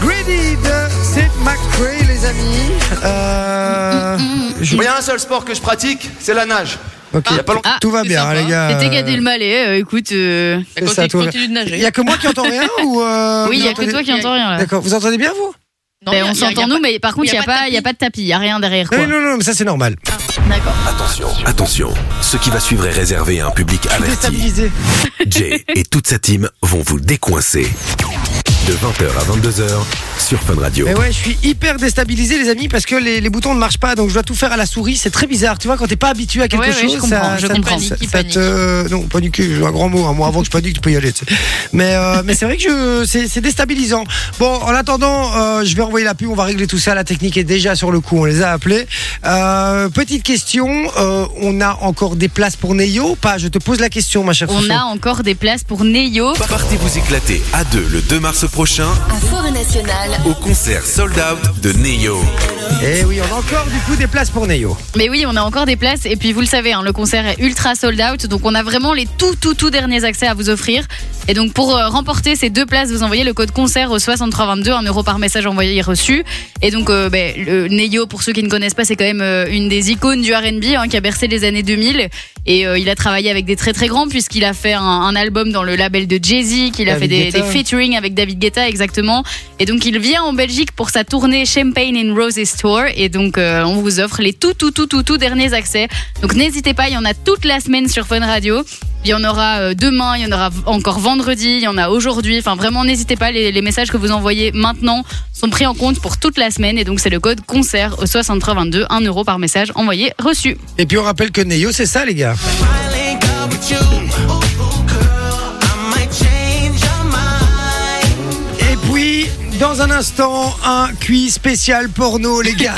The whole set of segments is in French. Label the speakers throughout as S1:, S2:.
S1: Khalid, c'est McRae, les amis.
S2: Mm,
S1: Euh, je-
S3: Bon, Il y a un seul sport que je pratique, c'est la nage.
S1: ok.
S2: Ah,
S3: y a pas longtemps.
S1: Tout va
S4: c'est
S1: bien,
S4: sympa.
S1: les gars.
S2: T'es dégadé le malais, euh, écoute. euh,
S1: C'est ça,
S4: Continue,
S1: tout va bien.
S4: continue de
S1: Il y
S4: nager.
S1: a que moi qui entends rien ou euh,
S2: Oui, il
S1: vous
S2: y a que
S1: entendez-
S2: toi qui entends rien là.
S1: D'accord, vous entendez bien vous
S2: Ben,
S4: Non, y a- y
S2: on
S4: a- y
S2: s'entend
S4: a
S2: nous,
S4: pas-
S2: mais par contre, il
S4: y
S2: n'y
S4: a
S2: a,
S4: pas de
S2: pas- y a
S4: tapis.
S2: pas de tapis, il n'y a rien derrière.
S1: Non,
S2: Quoi.
S1: non, non, mais ça c'est normal.
S2: D'accord.
S5: Attention, attention. Ce qui va suivre est réservé à un public averti.
S1: Déstabilisé.
S5: Jay et toute sa team vont vous décoincer. De 20h à 22h sur Fun Radio.
S1: Mais ouais, je suis hyper déstabilisé, les amis, parce que les, les boutons ne marchent pas, donc je dois tout faire à la souris. C'est très bizarre, tu vois, quand t'es pas habitué à quelque
S2: Ouais, ouais,
S1: chose.
S2: je comprends,
S1: ça,
S2: je
S1: ça te-
S2: comprends.
S1: ça-
S4: Panique,
S1: ça te- euh, non, paniquer, j'ai un grand mot. hein. Moi, avant que je panique, tu peux y aller. tu sais. Mais, euh, mais c'est vrai que je, c'est, c'est déstabilisant. Bon, en attendant, euh, je vais envoyer la pub. On va régler tout ça. La technique est déjà sur le coup. On les a appelés. Euh, petite question. euh, on a encore des places pour Neyo ou pas Je te pose la question, ma chère.
S2: On
S1: Sophie.
S2: a encore des places pour Neyo.
S5: Partez vous éclater à deux le 2 mars prochain
S6: à Forêt Nationale.
S5: au concert Sold Out de Neo.
S1: Eh oui, on a encore du coup des places pour Neyo.
S2: Mais oui, on a encore des places. Et puis, vous le savez, hein, le concert est ultra sold out. Donc, on a vraiment les tout, tout, tout derniers accès à vous offrir. Et donc, pour euh, remporter ces deux places, vous envoyez le code concert au 6322, 1 euro par message envoyé et reçu. Et donc, euh, ben, le Neyo, pour ceux qui ne connaissent pas, c'est quand même euh, une des icônes du RB hein, qui a bercé les années 2000. Et euh, il a travaillé avec des très, très grands, puisqu'il a fait un, un album dans le label de Jay-Z, qu'il a
S1: David
S2: fait des,
S1: Guetta.
S2: des featuring avec David Guetta, exactement. Et donc il vient en Belgique pour sa tournée Champagne and Roses Tour. Et donc euh, on vous offre les tout, tout, tout, tout, tout derniers accès. Donc n'hésitez pas, il y en a toute la semaine sur Fun Radio. Il y en aura euh, demain, il y en aura v- encore vendredi, il y en a aujourd'hui. Enfin vraiment, n'hésitez pas, les, les messages que vous envoyez maintenant sont pris en compte pour toute la semaine. Et donc c'est le code concert au 6322, 1 euro par message envoyé, reçu.
S1: Et puis on rappelle que Neyo, c'est ça, les gars. Et puis, dans un instant, un cuit spécial porno, les gars.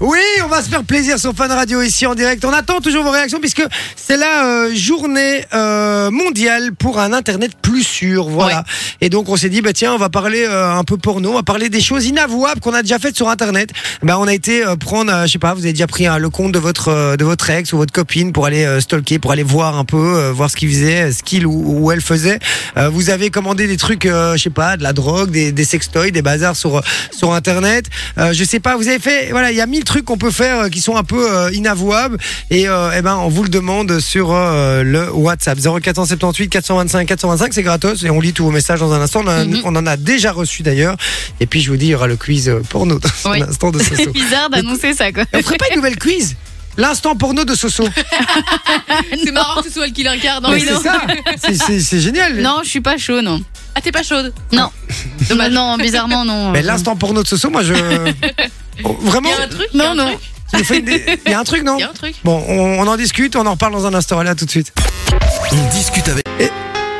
S1: oui, on va se faire plaisir sur Fun Radio ici en direct. On attend toujours vos réactions puisque c'est la euh, journée euh, mondiale pour un Internet plus sûr. Voilà. Et donc, on s'est dit, bah, tiens, on va parler euh, un peu porno, on va parler des choses inavouables qu'on a déjà faites sur Internet. Bah, on a été euh, prendre, euh, je sais pas, vous avez déjà pris hein, le compte de votre, euh, de votre ex ou votre copine pour aller euh, stalker, pour aller voir un peu, euh, voir ce qu'il faisait, euh, ce qu'il ou, ou elle faisait. Euh, vous avez commandé des trucs, euh, je sais pas, de la drogue, des, des sextoys, des bazars sur, euh, sur Internet. Euh, je sais pas, vous avez fait, voilà, il y a mille trucs qu'on peut faire euh, qui sont un peu euh, inavouables. Et euh, eh ben, on vous le demande sur euh, le WhatsApp 0478 425 425, c'est gratos et on lit tous vos messages dans un instant. On, en a-
S2: Mhm.
S1: on en a déjà reçu d'ailleurs. Et puis je vous dis, il y aura le quiz euh, porno dans
S2: Oui.
S1: un instant de Soso.
S2: C'est bizarre d'annoncer ça quoi.
S1: on ferait pas une nouvelle quiz L'instant porno de Soso.
S4: C'est marrant que ce soit elle qui l'incarne.
S1: Mais
S4: Oui,
S1: c'est
S4: non.
S1: ça C'est- C'est c'est génial
S2: Non, je suis pas chaud non.
S4: Ah, t'es pas chaude.
S2: Non. Non, bizarrement non.
S1: Mais l'instant porno de Soso, moi je. Oh,
S4: Il
S1: Vraiment
S4: y a un truc.
S2: Non, non.
S1: Il y a un truc, non
S4: Il y a un truc.
S1: Bon, on, on en discute, on en reparle dans un instant. Allez, à tout de suite.
S5: On discute avec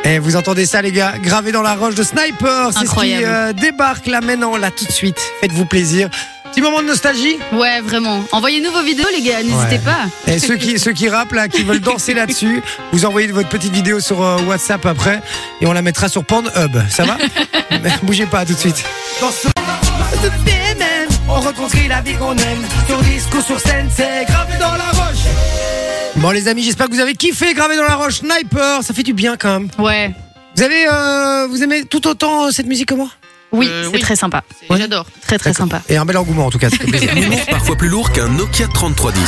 S1: Et vous entendez ça, les gars Gravé dans la roche de Sniper, c'est ce qui
S2: Incroyable.
S1: euh, débarque là maintenant, là tout de suite. Faites-vous plaisir. Petit moment de nostalgie.
S2: Ouais, vraiment. Envoyez-nous vos vidéos, les gars, n'hésitez
S1: Ouais.
S2: pas.
S1: Et ceux qui, ceux qui rappent, là, qui veulent danser là-dessus, vous envoyez votre petite vidéo sur euh, WhatsApp après et on la mettra sur Pornhub. Ça va Bougez pas, à tout de suite. Dans ce- On reconstruit la vie qu'on aime Sur disque ou sur scène C'est gravé dans la roche Bon les amis j'espère que vous avez kiffé Gravé dans la roche Sniper Ça fait du bien quand même
S2: Ouais.
S1: Vous avez euh, Vous aimez tout autant euh, cette musique que moi
S2: Oui,
S4: Euh,
S2: c'est
S4: oui.
S2: très sympa.
S1: Ouais.
S4: J'adore.
S2: Très, très sympa.
S1: Et un bel engouement en tout cas ça fait plaisir.
S5: parfois plus lourd qu'un Nokia 3310.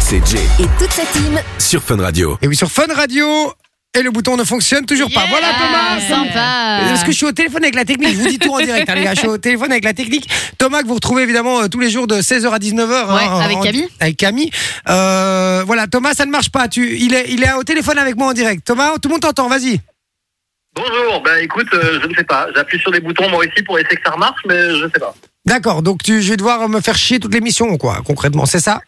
S5: C'est Jay
S6: Et toute sa team.
S5: sur Fun Radio.
S1: Et oui sur Fun Radio Et le bouton ne fonctionne toujours pas Voilà
S2: Ah,
S1: Thomas
S2: sympa.
S1: Parce que je suis au téléphone avec la technique, je vous dis tout en direct, hein, les gars. Je suis au téléphone avec la technique. Thomas, que vous retrouvez évidemment euh, tous les jours de 16h à 19h.
S2: Ouais, avec
S1: en-
S2: Camille.
S1: Avec Camille. Euh, voilà, Thomas, ça ne marche pas. Tu, il, est, il est au téléphone avec moi en direct. Thomas, tout le monde t'entend, vas-y.
S7: Bonjour, bah écoute, euh, je ne sais pas. J'appuie sur des boutons moi aussi pour essayer que ça remarche, mais je ne sais pas.
S1: D'accord, donc tu, je vais devoir me faire chier toute l'émission, quoi, concrètement, c'est ça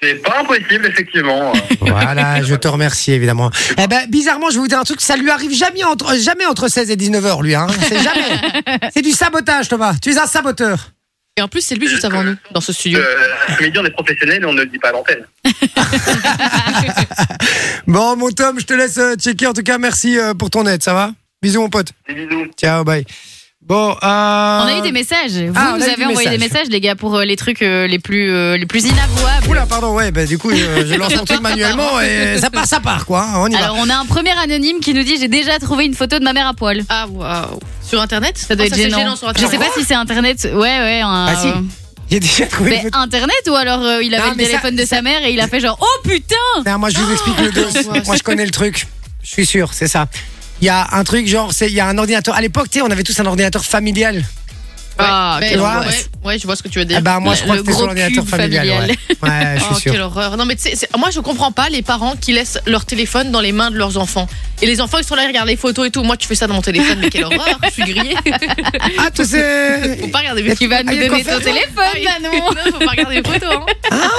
S7: C'est pas impossible, effectivement.
S1: Voilà, je te remercie, évidemment. Eh ben, bizarrement, je vais vous dire un truc, ça lui arrive jamais entre, jamais entre 16 et 19h, lui, hein. C'est jamais. C'est du sabotage, Thomas. Tu es un saboteur.
S4: Et en plus, c'est lui juste avant nous, dans ce studio.
S7: Euh, ce midi, on est professionnel et on ne le dit pas à l'antenne.
S1: Bon, mon Tom, je te laisse euh, checker. En tout cas, merci euh, pour ton aide, ça va Bisous, mon pote.
S7: Des bisous.
S1: Ciao, bye. Bon, euh...
S2: On a eu des messages. Vous,
S1: ah, on a
S2: vous
S1: eu
S2: avez
S1: des
S2: envoyé des
S1: messages.
S2: messages, les gars, pour euh, les trucs euh, les plus euh, les plus inavouables.
S1: Oula, pardon, ouais, bah, du coup, je, je lance mon truc manuellement et ça part, ça part, quoi. hein, On y va.
S2: Alors, on a un premier anonyme qui nous dit J'ai déjà trouvé une photo de ma mère à poil.
S4: Ah, waouh. Sur internet
S2: Ça doit
S4: Ah,
S2: être
S4: c'est
S2: gênant.
S4: sur
S2: Je
S4: internet.
S2: sais pas si c'est internet. Ouais, ouais. un-
S1: Ah, si. J'ai déjà trouvé
S2: Mais
S1: une photo.
S2: internet ou alors euh, il avait
S1: Non,
S2: le
S1: mais ça-
S2: téléphone de sa mère et il a fait genre Oh putain
S1: Non, moi, je vous explique le dos. Moi, je connais le truc. Je suis sûr, c'est ça. Il y a un truc, genre, c'est- il y a un ordinateur. À l'époque, tu sais, on avait tous un ordinateur familial.
S4: Ouais,
S2: Ah,
S4: mais-
S1: quelle
S4: ouais,
S1: horreur.
S4: ouais, ouais, je vois ce que tu veux dire.
S1: Ah bah moi je
S2: Le
S1: crois que t'es sur
S2: gros
S1: l'ordinateur
S2: cube
S1: familial.
S2: familial.
S1: Ouais, ouais je suis
S4: Oh,
S1: sûr.
S4: quelle horreur. Non, mais tu sais, c'est- moi je comprends pas les parents qui laissent leur téléphone dans les mains de leurs enfants. Et les enfants ils sont là, ils regardent les photos et tout. Moi tu fais ça dans mon téléphone, mais quelle horreur, je suis grillée.
S1: Ah, tu sais.
S4: Faut pas regarder mes
S2: Tu vas nous
S1: Ah, il y a
S2: donner
S1: quoi
S2: ton
S1: faire
S2: téléphone, Manon
S4: Non, faut pas regarder les photos. hein.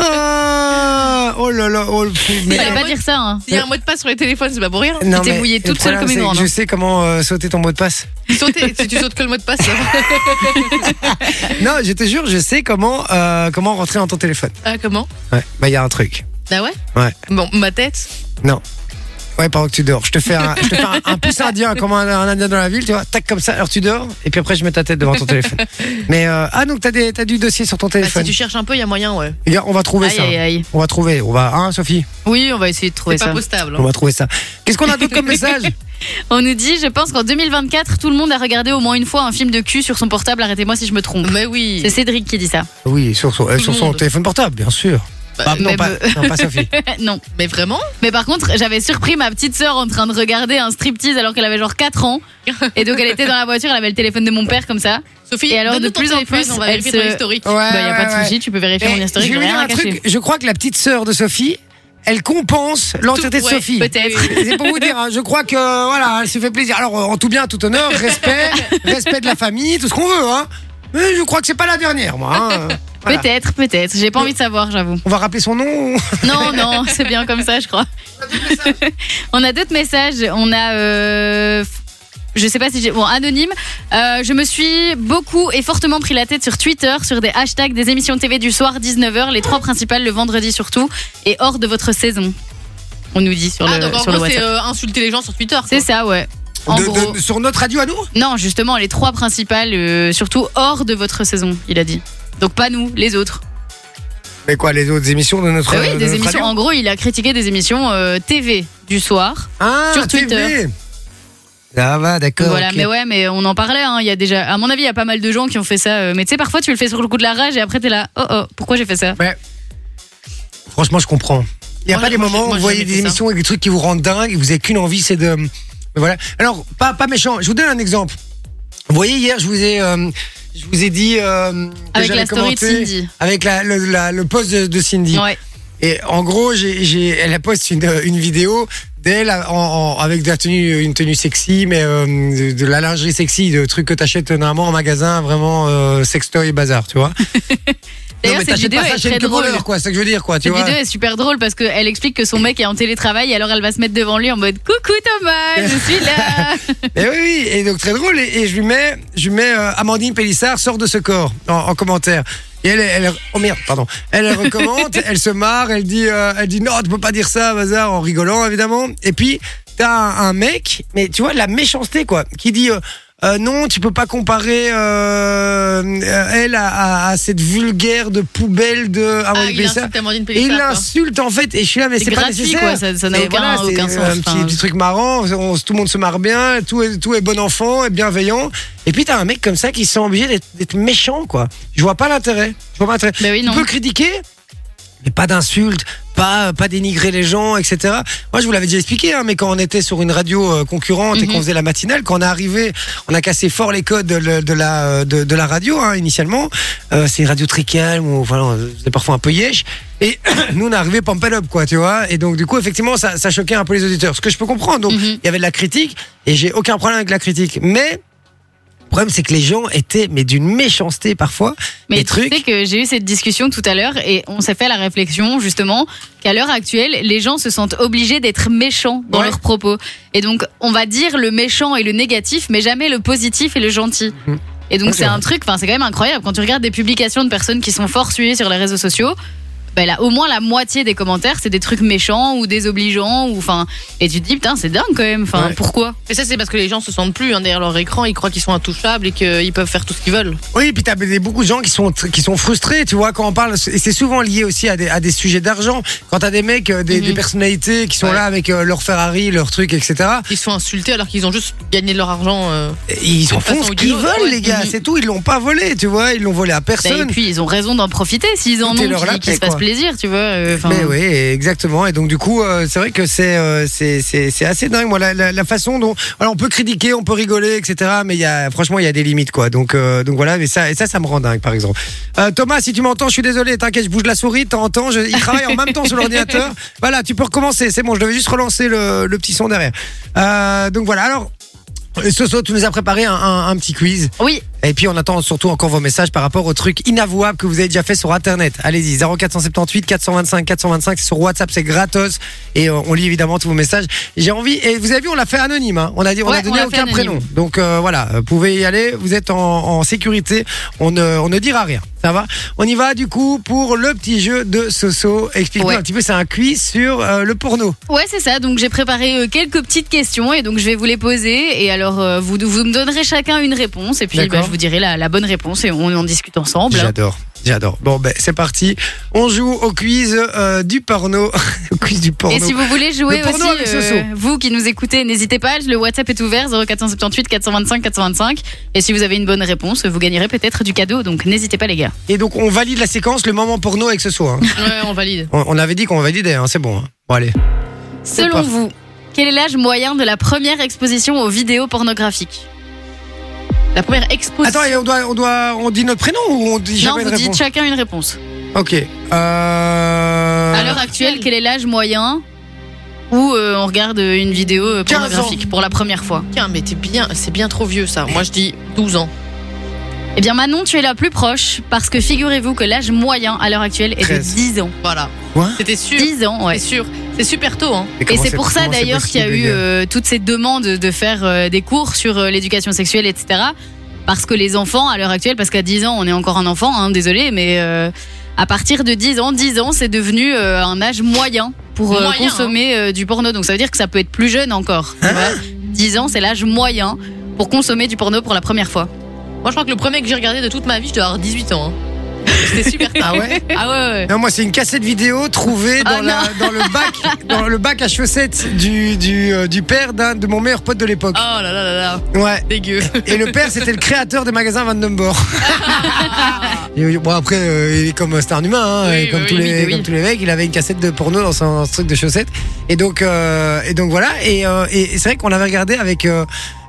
S1: Ah, oh là là, oh le fou, mais-
S2: Fallait pas dire ça. hein.
S4: S'il y a un mot de passe sur les téléphones, c'est pas pour rien.
S1: Non,
S2: tu t'es
S1: mais
S2: mouillée
S1: le
S2: toute seule
S1: problème,
S2: comme une
S1: c'est que
S2: grande,
S1: Je
S2: hein.
S1: sais comment euh, sauter ton mot de passe.
S4: Sauter, si tu sautes que le mot de passe.
S1: Non, je te jure, je sais comment euh, comment rentrer dans ton téléphone.
S4: Ah, comment
S1: Ouais, bah il y a un truc.
S4: Ah ouais
S1: Ouais.
S4: Bon, ma tête.
S1: Ouais, pendant que tu dors, je te fais un, je te fais un, un pouce indien comme un, un indien dans la ville, tu vois, tac comme ça. Alors tu dors et puis après je mets ta tête devant ton téléphone. Mais euh, ah donc t'as des t'as du dossier sur ton
S4: Bah, si
S1: téléphone.
S4: tu cherches un peu, il y a moyen, ouais.
S1: Les gars, on va trouver
S2: Aïe,
S1: ça.
S2: aïe, aïe.
S1: On va trouver, on va hein Sophie,
S2: Oui, on va essayer de trouver
S4: C'est pas
S2: ça.
S4: postable. hein.
S1: on va trouver ça. Qu'est-ce qu'on a d'autre comme message
S2: On nous dit, je pense qu'en 2024, tout le monde a regardé au moins une fois un film de cul sur son portable. Arrêtez-moi si je me trompe.
S4: Mais oui.
S2: C'est Cédric qui dit ça.
S1: Oui, sur son, euh,
S4: Tout
S1: sur
S4: le
S1: son
S4: monde.
S1: téléphone portable, bien sûr.
S4: Bah,
S1: non,
S2: même euh,
S1: pas,
S2: eux.
S1: non, pas Sophie.
S2: Eh, non.
S4: Mais vraiment
S2: Mais par contre, j'avais surpris ma petite sœur en train de regarder un striptease alors qu'elle avait genre 4 ans. Et donc elle était dans la voiture, elle avait le téléphone de mon père comme ça.
S4: Sophie,
S2: Et alors,
S4: donne-nous
S2: de
S4: ton
S2: plus en
S4: téléphone,
S2: plus,
S4: on va
S2: elle
S4: vérifier
S2: se-
S4: ton historique.
S1: Ouais,
S2: bah, y a
S1: ouais,
S2: pas de
S1: ouais.
S2: souci, tu peux vérifier mon
S1: Et
S2: historique,
S1: je vais
S2: j'ai
S1: vous dire
S2: rien à
S1: un
S2: cacher.
S1: truc. Je crois que la petite sœur de Sophie, elle compense l'entièreté de
S4: Tout- ouais,
S1: Sophie.
S2: Peut-être.
S1: C'est pour vous dire, hein, je crois que voilà, elle se fait plaisir. Alors, euh, en tout bien, tout honneur, respect, respect de la famille, tout ce qu'on veut. Hein. Mais je crois que c'est pas la dernière, moi. hein. Voilà.
S2: Peut-être, peut-être. J'ai pas envie de savoir, j'avoue.
S1: On va rappeler son nom.
S2: Non, non, c'est bien comme ça, je crois. On a d'autres messages. On a. euh, Je sais pas si j'ai. Bon, anonyme. Euh, je me suis beaucoup et fortement pris la tête sur Twitter, sur des hashtags des émissions de TV du soir, 19h, les trois principales le vendredi surtout, et hors de votre saison. On nous dit sur
S4: Ah,
S2: le,
S4: donc en
S2: sur le
S4: gros, c'est
S2: WhatsApp.
S4: euh, insulter les gens sur Twitter. quoi.
S2: C'est ça, ouais. En
S1: De- de-
S2: gros.
S1: sur notre radio à nous
S2: Non, justement, les trois principales, euh, surtout hors de votre saison, il a dit. Donc pas nous, les autres.
S1: Mais quoi, les autres émissions de notre,
S2: Bah oui,
S1: de
S2: des
S1: notre
S2: émissions.
S1: radio
S2: En gros, il a critiqué des émissions euh, TV du soir.
S1: Ah,
S2: sur
S1: TV.
S2: Twitter.
S1: Ça va, d'accord.
S2: voilà,
S1: ok.
S2: mais ouais, mais on en parlait. hein, Il y a déjà, à mon avis, il y a pas mal de gens qui ont fait ça. euh, mais tu sais, parfois, tu le fais sur le coup de la rage et après, t'es là, oh oh, pourquoi j'ai fait ça
S1: Franchement, je comprends. Il n'y a
S4: Moi,
S1: pas des
S4: moi,
S1: moments où
S4: j'ai-
S1: vous
S4: moi, j'ai
S1: voyez
S4: jamais
S1: des
S4: fait
S1: émissions avec des trucs qui vous rendent dingue et vous n'avez qu'une envie, c'est de. Mais Voilà. Alors, pas, pas méchant. Je vous donne un exemple. Vous voyez, hier, je vous ai, euh, je vous ai dit. euh, que
S2: Avec
S1: j'avais
S2: la story de
S1: commenté-
S2: Cindy.
S1: Avec la- le, la- le post de, de Cindy.
S2: Ouais.
S1: Et en gros, j'ai, j'ai- elle a posté une, euh, une vidéo d'elle en- en- avec de la tenue, une tenue sexy, mais euh, de, de la lingerie sexy, de trucs que t'achètes normalement en magasin, vraiment euh, sextoy et bazar, tu vois.
S2: D'ailleurs,
S1: Non, mais
S2: cette
S1: t'achètes
S2: vidéo
S1: pas ça
S2: est
S1: chez
S2: très
S1: le cambrioleur,
S2: drôle.
S1: quoi, c'est ce que je veux dire, quoi, tu
S2: Cette
S1: vois.
S2: vidéo est super drôle parce qu'elle explique que son mec est en télétravail et alors elle va se mettre devant lui en mode Coucou Thomas, je suis là
S1: Et Eh oui, oui, et donc très drôle. Et, et je lui mets, je lui mets euh, Amandine Pélissard sort de ce corps en, en commentaire. Et elle, elle, oh merde, pardon. Elle recommande, elle se marre, elle dit, euh, elle dit non, tu peux pas dire ça, bazar, en rigolant évidemment. Et puis t'as un, un mec, mais tu vois de la méchanceté quoi, qui dit. euh, euh, non, tu peux pas comparer euh, euh, elle à, à- à cette vulgaire de poubelle de
S4: Ah,
S1: Amandine
S4: il
S1: Pélissard.
S4: insulte Amandine
S1: Et il
S4: Pélissard. quoi.
S1: l'insulte en fait, et je suis là, mais
S2: C'est
S1: c'est pas
S2: gratuit,
S1: nécessaire.
S2: quoi, ça- ça n'a
S1: Mais
S2: aucun- aucun sens,
S1: C'est un
S2: enfin.
S1: petit, petit truc marrant, on- tout le monde se marre bien, tout est, tout est bon enfant et bienveillant. Et puis t'as un mec comme ça qui se sent obligé d'être- d'être méchant, quoi. Je vois pas l'intérêt. Je vois pas l'intérêt.
S2: Mais Bah oui,
S1: Tu
S2: non.
S1: peux critiquer, mais pas d'insultes, pas, pas dénigrer les gens, etc. Moi, je vous l'avais déjà expliqué, hein, mais quand on était sur une radio euh, concurrente
S2: Mhm.
S1: et qu'on faisait la matinale, quand on est arrivé, on a cassé fort les codes de, le- de la, euh, de, de la radio, hein, initialement. Euh, c'est une radio très calme, où, voilà, on faisait parfois un peu yesh. Et nous, on est arrivé pump and up, quoi, tu vois. Et donc, du coup, effectivement, ça, ça choquait un peu les auditeurs. Ce que je peux comprendre. Donc, il
S2: Mhm.
S1: y avait de la critique, et j'ai aucun problème avec la critique. Mais. Le problème, c'est que les gens étaient, mais d'une méchanceté parfois.
S2: Mais
S1: des
S2: tu
S1: trucs.
S2: sais que j'ai eu cette discussion tout à l'heure et on s'est fait la réflexion justement qu'à l'heure actuelle, les gens se sentent obligés d'être méchants dans
S1: Ouais.
S2: leurs propos. Et donc, on va dire le méchant et le négatif, mais jamais le positif et le gentil.
S1: Mhm.
S2: Et donc,
S1: Ouais, c'est
S2: c'est un truc, enfin, c'est quand même incroyable. Quand tu regardes des publications de personnes qui sont fort suivies sur les réseaux sociaux, ben là, au moins la moitié des commentaires, c'est des trucs méchants ou désobligeants. Ou, enfin, et tu te dis, putain, c'est dingue quand même. Enfin,
S1: Ouais.
S2: pourquoi
S4: Mais ça, c'est parce que les gens se sentent plus hein, derrière leur écran, ils croient qu'ils sont intouchables et qu'ils peuvent faire tout ce qu'ils veulent.
S1: Oui, puis t'as des- beaucoup de gens qui sont, qui sont frustrés, tu vois, quand on parle. Et c'est souvent lié aussi à des, à des sujets d'argent. Quand t'as des mecs, euh, des, des personnalités qui sont
S4: Mhm. Ouais.
S1: là avec euh, leur Ferrari, leur truc, etc.
S4: Ils se font insulter alors qu'ils ont juste gagné de leur argent. euh.
S1: Et Ils s'en
S4: façon
S1: font ce
S4: ou
S1: qu'ils
S4: d'une autre,
S1: veulent,
S4: ouais.
S1: les gars.
S4: Mhm.
S1: C'est tout. Ils l'ont pas volé, tu vois. Ils l'ont volé à
S2: Ben, Et
S1: personne.
S2: puis, ils ont raison d'en profiter s'ils en ont,
S1: Foutez-leur la
S2: qu'ils qu'ils se
S1: paix,
S2: fassent
S1: quoi.
S2: plaisir, tu vois. euh, enfin.
S1: Mais oui, exactement. Et donc du coup, euh, c'est vrai que c'est euh, c'est c'est c'est assez dingue. Moi, la, la, la façon dont alors on peut critiquer, on peut rigoler, etc. Mais il y a franchement, il y a des limites, quoi. Donc euh, donc voilà. Mais ça et ça, ça me rend dingue, par exemple. Euh, Thomas, si tu m'entends, je suis désolé. T'inquiète, je bouge la souris, t'entends. Je, il travaille en même temps sur l'ordinateur. Voilà, tu peux recommencer. C'est bon. Je devais juste relancer le, le petit son derrière. Euh, donc voilà. Alors. Soso, tu nous as préparé un, un- un petit quiz.
S2: Oui,
S1: Et puis on attend surtout encore vos messages par rapport aux trucs inavouables que vous avez déjà fait sur internet. Allez-y, 0478 425 425, c'est sur WhatsApp, c'est gratos. Et euh, on lit évidemment tous vos messages. J'ai envie, et vous avez vu, on l'a fait anonyme, hein. on a dit, on
S2: Ouais,
S1: a donné
S2: on l'a
S1: aucun
S2: fait anonyme.
S1: prénom. Donc euh, voilà, vous pouvez y aller, vous êtes en, en sécurité, on ne, on ne dira rien. Ça va On y va du coup pour le petit jeu de Soso. Explique-nous
S2: Ouais.
S1: un petit peu, c'est un quiz sur euh, le porno.
S2: Ouais, c'est ça. Donc j'ai préparé euh, quelques petites questions et donc je vais vous les poser. Et alors euh, vous, vous me donnerez chacun une réponse et puis
S1: D'accord.
S2: bah, je vous dirai la, la bonne réponse et on en discute ensemble.
S1: J'adore, j'adore. Bon ben c'est parti, on joue au quiz euh, du porno. au quiz du porno.
S2: Et si vous voulez jouer
S1: Le porno
S2: aussi, euh,
S1: avec Soso.
S2: vous qui nous écoutez, n'hésitez pas. Le WhatsApp est ouvert 0478 425 425. Et si vous avez une bonne réponse, vous gagnerez peut-être du cadeau. Donc n'hésitez pas les gars.
S1: Et donc on valide la séquence, le moment porno avec ce soir. hein.
S4: Ouais, on valide.
S1: On, on avait dit qu'on validait, hein, c'est bon. hein. Bon allez.
S2: Selon
S1: parti.
S2: vous, quel est l'âge moyen de la première exposition aux vidéos pornographiques
S4: La première exposition.
S1: Attends, et on doit, on doit, on dit notre prénom ou on dit
S2: Non,
S1: jamais
S2: vous
S1: une
S2: dites
S1: réponse
S2: chacun une réponse.
S1: Ok. Euh...
S2: À l'heure actuelle, quel est l'âge moyen où euh, on regarde euh, une vidéo euh,
S1: 15 ans.
S2: pornographique pour la première fois
S4: Tiens, mais t'es bien, c'est bien trop vieux ça. Moi je dis 12 ans.
S2: Eh bien Manon, tu es la plus proche parce que figurez-vous que l'âge moyen à l'heure actuelle est
S1: 13.
S2: de 10 ans.
S4: Voilà.
S1: Quoi
S4: C'était sûr.
S2: 10 ans, ouais.
S4: C'est sûr. C'est super tôt, hein.
S1: Mais
S2: Et
S1: comment
S2: c'est pour ça
S1: comment c'est
S2: d'ailleurs qu'il y a
S1: possible,
S2: eu
S1: les gars
S2: euh, toutes ces demandes de faire euh, des cours sur euh, l'éducation sexuelle, etc. Parce que les enfants, à l'heure actuelle, parce qu'à 10 ans, on est encore un enfant, hein, désolé, mais euh, à partir de 10 ans, 10 ans, c'est devenu euh, un âge moyen pour euh,
S4: Moyen,
S2: consommer euh, du porno. Donc ça veut dire que ça peut être plus jeune encore.
S1: Hein
S2: tu vois. 10 ans, c'est l'âge moyen pour consommer du porno pour la première fois.
S4: Moi je crois que le premier que j'ai regardé de toute ma vie, je dois avoir 18 ans. hein. C'était super tard.
S1: Ah ouais
S2: Ah ouais, ouais.
S1: Non, moi c'est une cassette vidéo trouvée dans,
S2: Ah
S1: la- dans le bac, dans le bac à chaussettes du du, euh, du père d'un de mon meilleur pote de l'époque.
S4: Oh là là là là.
S1: Ouais.
S4: Dégueu.
S1: Et le père, c'était le créateur des magasins Van Number. Et bon, après, euh, il est comme c'est un humain, hein,
S4: Oui,
S1: et comme,
S4: oui,
S1: tous
S4: oui,
S1: les,
S4: oui, oui.
S1: comme tous les mecs, il avait une cassette de porno dans son, dans ce truc de chaussettes. Et donc, euh, et donc voilà. Et, euh, et- et c'est vrai qu'on avait regardé avec. Euh,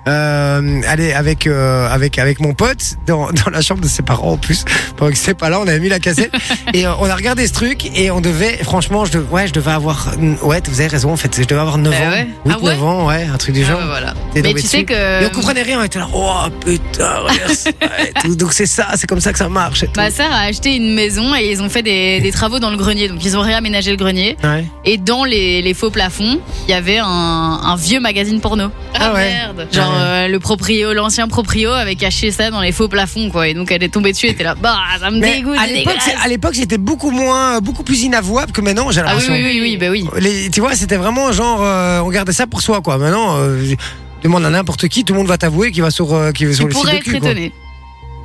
S1: euh, allez, avec, euh, avec, avec mon pote dans, dans la chambre de ses parents en plus. Pendant que c'était pas là, on avait mis la cassette et euh, on a regardé ce truc et on devait, franchement, je, dev- ouais, je devais avoir, ouais, vous avez raison en fait, je devais avoir 9
S4: Eh
S1: ans,
S4: ouais.
S1: 8,
S4: Ah ouais
S1: 9 ans, ouais, un truc du
S4: Ah
S1: genre.
S4: bah, voilà.
S1: T'es
S2: Mais
S1: tombé
S2: tu sais
S1: dessus.
S2: que-
S1: Et on comprenait rien, on était là, oh putain, regarde ça et tout. Donc c'est ça, c'est comme ça que ça marche. et tout.
S2: Ma sœur a acheté une maison et ils ont fait des, des travaux dans le grenier. Donc ils ont réaménagé le grenier.
S1: Ouais.
S2: Et dans les, les faux plafonds, il y avait un, un vieux magazine porno.
S1: Ah ouais.
S4: merde.
S2: Genre
S1: Ouais.
S2: euh, le proprio, l'ancien proprio avait caché ça dans les faux plafonds, quoi. Et donc elle est tombée dessus et était là, bah ça me
S1: Mais
S2: dégoûte.
S1: à
S2: c'est
S1: l'époque, c'est-
S2: dégueulasse.
S1: à l'époque, c'était beaucoup moins, beaucoup plus inavouable que maintenant, j'ai
S2: Ah oui,
S1: l'impression.
S2: oui, oui, oui, bah oui.
S1: Les- tu vois, c'était vraiment genre, euh, on gardait ça pour soi, quoi. Maintenant, euh, demande à n'importe qui, tout le monde va t'avouer qu'il va sur, euh, qu'il va sur
S2: Tu
S1: le site de
S2: pourrais être
S1: cul, quoi.
S2: étonné.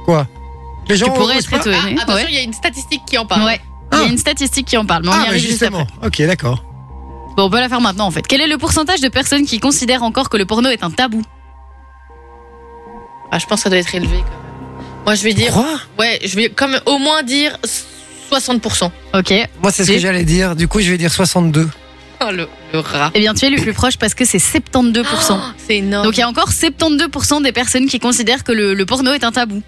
S1: Quoi Les
S2: Tu
S1: gens
S2: pourrais
S1: osent
S2: être
S1: pas
S2: étonné.
S4: Ah, attention, il
S2: ouais.
S4: y a une statistique qui en parle.
S2: Ouais. Il y a une statistique qui en parle, mais on
S1: Ah,
S2: y
S1: mais
S2: arrive juste après.
S1: justement. Ok, d'accord.
S2: Bon, on peut la faire maintenant en fait. Quel est le pourcentage de personnes qui considèrent encore que le porno est un tabou
S4: Ah, je pense que ça doit être élevé quand même. Moi je vais dire.
S1: Quoi
S4: Ouais, je vais comme au moins dire 60%.
S2: Ok. Eh
S1: Moi, c'est ce que
S2: Et-
S1: j'allais dire. Du coup, je vais dire 62.
S4: Oh, le, le rat.
S2: bien, tu es le plus proche parce que c'est 72%.
S4: C'est énorme.
S2: Donc il y a encore 72% des personnes qui considèrent que le, le porno est un tabou.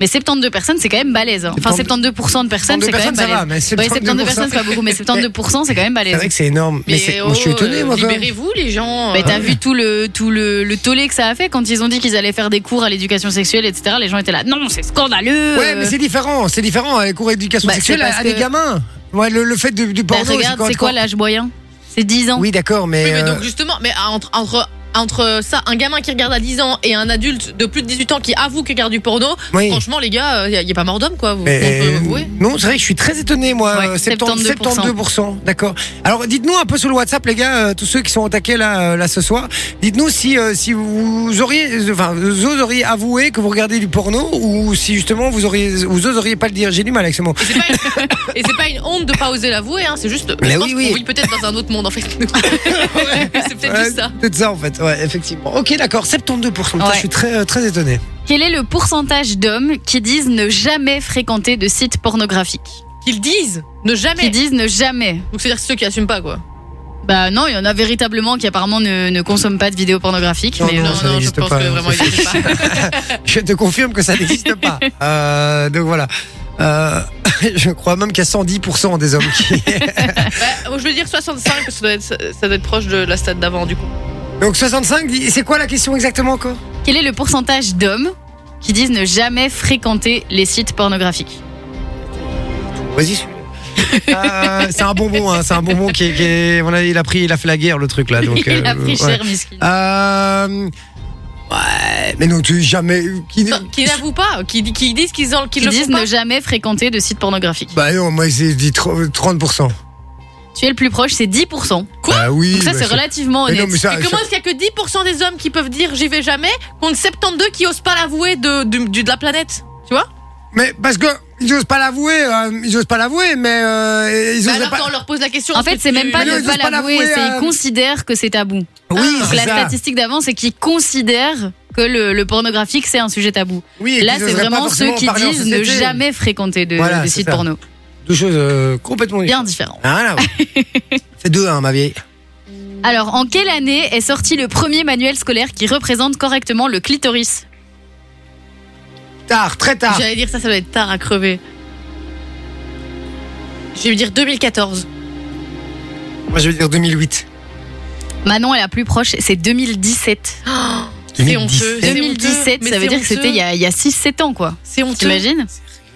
S2: Mais 72 personnes, c'est quand même balèze. hein. Enfin, 72% de personnes,
S1: 32
S2: c'est quand même
S1: personnes, ça
S2: balèze.
S1: va, mais
S2: Ouais,
S1: 72
S2: 72 personnes, c'est pas beaucoup, mais 72%, c'est quand même
S1: C'est
S2: balèze.
S1: vrai que c'est énorme. Mais, c'est- moi, je suis
S4: oh,
S1: étonné,
S4: euh,
S1: moi, quand même.
S4: Libérez-vous, les gens.
S2: Mais
S4: euh,
S2: t'as vu tout le tout le, le tollé que ça a fait quand ils ont dit qu'ils allaient faire des cours à l'éducation sexuelle, etc. Les gens étaient là, non, c'est scandaleux.
S1: Ouais, mais c'est différent, c'est différent. hein, Les cours d'éducation
S2: euh, Bah,
S1: sexuelle
S2: c'est
S1: à,
S2: parce
S1: à des
S2: que-
S1: gamins. Ouais, le, le fait du, du
S2: Bah,
S1: porno,
S2: regarde,
S1: quand-
S2: c'est quoi l'âge moyen C'est 10 ans.
S1: Oui, d'accord, mais.
S4: Oui, mais
S1: euh,
S4: donc justement, mais à- entre, entre entre ça, un gamin qui regarde à 10 ans et un adulte de plus de 18 ans qui avoue qu'il regarde du porno,
S1: Oui.
S4: franchement, les gars, il n'y a pas mort d'homme, quoi. Vous,
S1: Mais,
S4: on peut-
S1: euh,
S4: ouais.
S1: Non, c'est vrai que je suis très étonné, moi.
S2: Ouais,
S1: euh, 70
S2: 72%.
S1: 72%, D'accord. Alors, dites-nous un peu sur le WhatsApp, les gars, euh, tous ceux qui sont au taquet là, euh, là ce soir. Dites-nous si, euh, si vous auriez, euh, enfin, vous oseriez avouer que vous regardez du porno ou si justement vous auriez, vous oseriez pas le dire. J'ai du mal avec ce mot.
S4: Et c'est pas une- Et c'est pas une honte de pas oser l'avouer, hein, c'est juste.
S1: Mais
S4: je
S1: oui,
S4: pense
S1: oui.
S4: qu'on vit peut-être dans un autre monde en fait. c'est peut-être
S1: Ouais,
S4: juste ça.
S1: Peut-être Euh, ça, en fait. Ouais, effectivement. Ok, d'accord. 72%. Putain,
S2: Ouais.
S1: Je suis très, euh, très étonné.
S2: Quel est le pourcentage d'hommes qui disent ne jamais fréquenter de sites pornographiques
S4: Qu'ils disent, ne jamais.
S2: Qui disent ne jamais
S4: Donc c'est-à-dire ceux qui assument pas quoi.
S2: Bah non, il y en a véritablement qui apparemment ne, ne consomment pas de vidéos pornographiques.
S1: Non,
S2: mais
S1: non,
S2: euh,
S1: ça
S4: je
S1: n'existe
S4: pense
S1: pas,
S4: que
S1: non,
S4: vraiment
S1: ça
S4: ils disent pas.
S1: Je te confirme que ça n'existe pas. Euh, donc voilà. Euh, je crois même qu'il y a 110% des hommes qui.
S4: Bah, je veux dire 65 parce que ça doit être, ça doit être proche de la stade d'avant du coup.
S1: Donc 65, dis- c'est quoi la question exactement encore
S2: euh, Quel est le pourcentage d'hommes qui disent ne jamais fréquenter les sites pornographiques
S1: Vas-y. celui-là. Euh, c'est un bonbon, hein, c'est un bonbon qui, est- qui est- à mon avis, il a pris, il a fait la guerre le truc là. Donc,
S2: Il a
S1: euh,
S2: pris
S1: ouais.
S2: cher, miskin.
S1: Euh, ouais, mais non, tu jamais. Qui,
S4: Enfin, Qui n'avouent pas, qui, qui disent qu'ils en- qu'ils
S2: Qui
S4: le font
S2: disent
S4: pas.
S2: ne jamais fréquenter de sites pornographiques.
S1: Bah non, moi j'ai dit tro- 30%.
S2: Tu es le plus proche, c'est 10%.
S1: bah oui.
S2: Donc ça,
S1: bah,
S2: c'est relativement
S1: mais
S2: honnête.
S1: non, mais ça-
S4: Et comment est-ce qu'il y a que 10% des hommes qui peuvent dire j'y vais jamais contre 72 qui osent pas l'avouer de, du- du- de la planète Tu vois
S1: Mais parce que ils osent pas l'avouer, euh, ils osent pas l'avouer, mais euh, ils
S4: Bah
S1: osent
S4: Alors
S1: pas.
S4: quand on leur pose la question.
S2: En fait, c'est même pas
S1: Mais non,
S2: ne
S1: ils
S2: pas
S1: osent pas
S2: l'avouer,
S1: l'avouer,
S2: c'est
S1: euh,
S2: ils considèrent que c'est tabou.
S1: Oui,
S2: Donc
S1: c'est
S2: Ah, la
S1: ça.
S2: statistique d'avant, c'est qu'ils considèrent que le, le pornographique, c'est un sujet tabou.
S1: Oui, et
S2: Là,
S1: qu'ils
S2: c'est
S1: oseraient pas
S2: vraiment
S1: forcément
S2: ceux qui
S1: parler en
S2: disent ne
S1: société.
S2: jamais fréquenter de,
S1: Voilà,
S2: de
S1: c'est
S2: sites
S1: ça.
S2: porno.
S1: Deux choses euh, complètement
S2: Bien différent.
S1: Rien à voir. C'est deux, hein, ma vieille.
S2: Alors, en quelle année est sorti le premier manuel scolaire qui représente correctement le clitoris
S1: Tard, très tard.
S4: J'allais dire ça, ça doit être tard à crever. Je vais dire 2014.
S1: Moi, je vais dire 2008.
S2: Manon est la plus proche, c'est 2017.
S4: C'est honteux. Ah, C'est
S2: 2017,
S4: honteux, mais
S2: ça veut
S4: c'est
S2: dire que c'était il y a, il y a 6-7 ans, quoi.
S4: C'est Ah honteux.
S2: T'imagines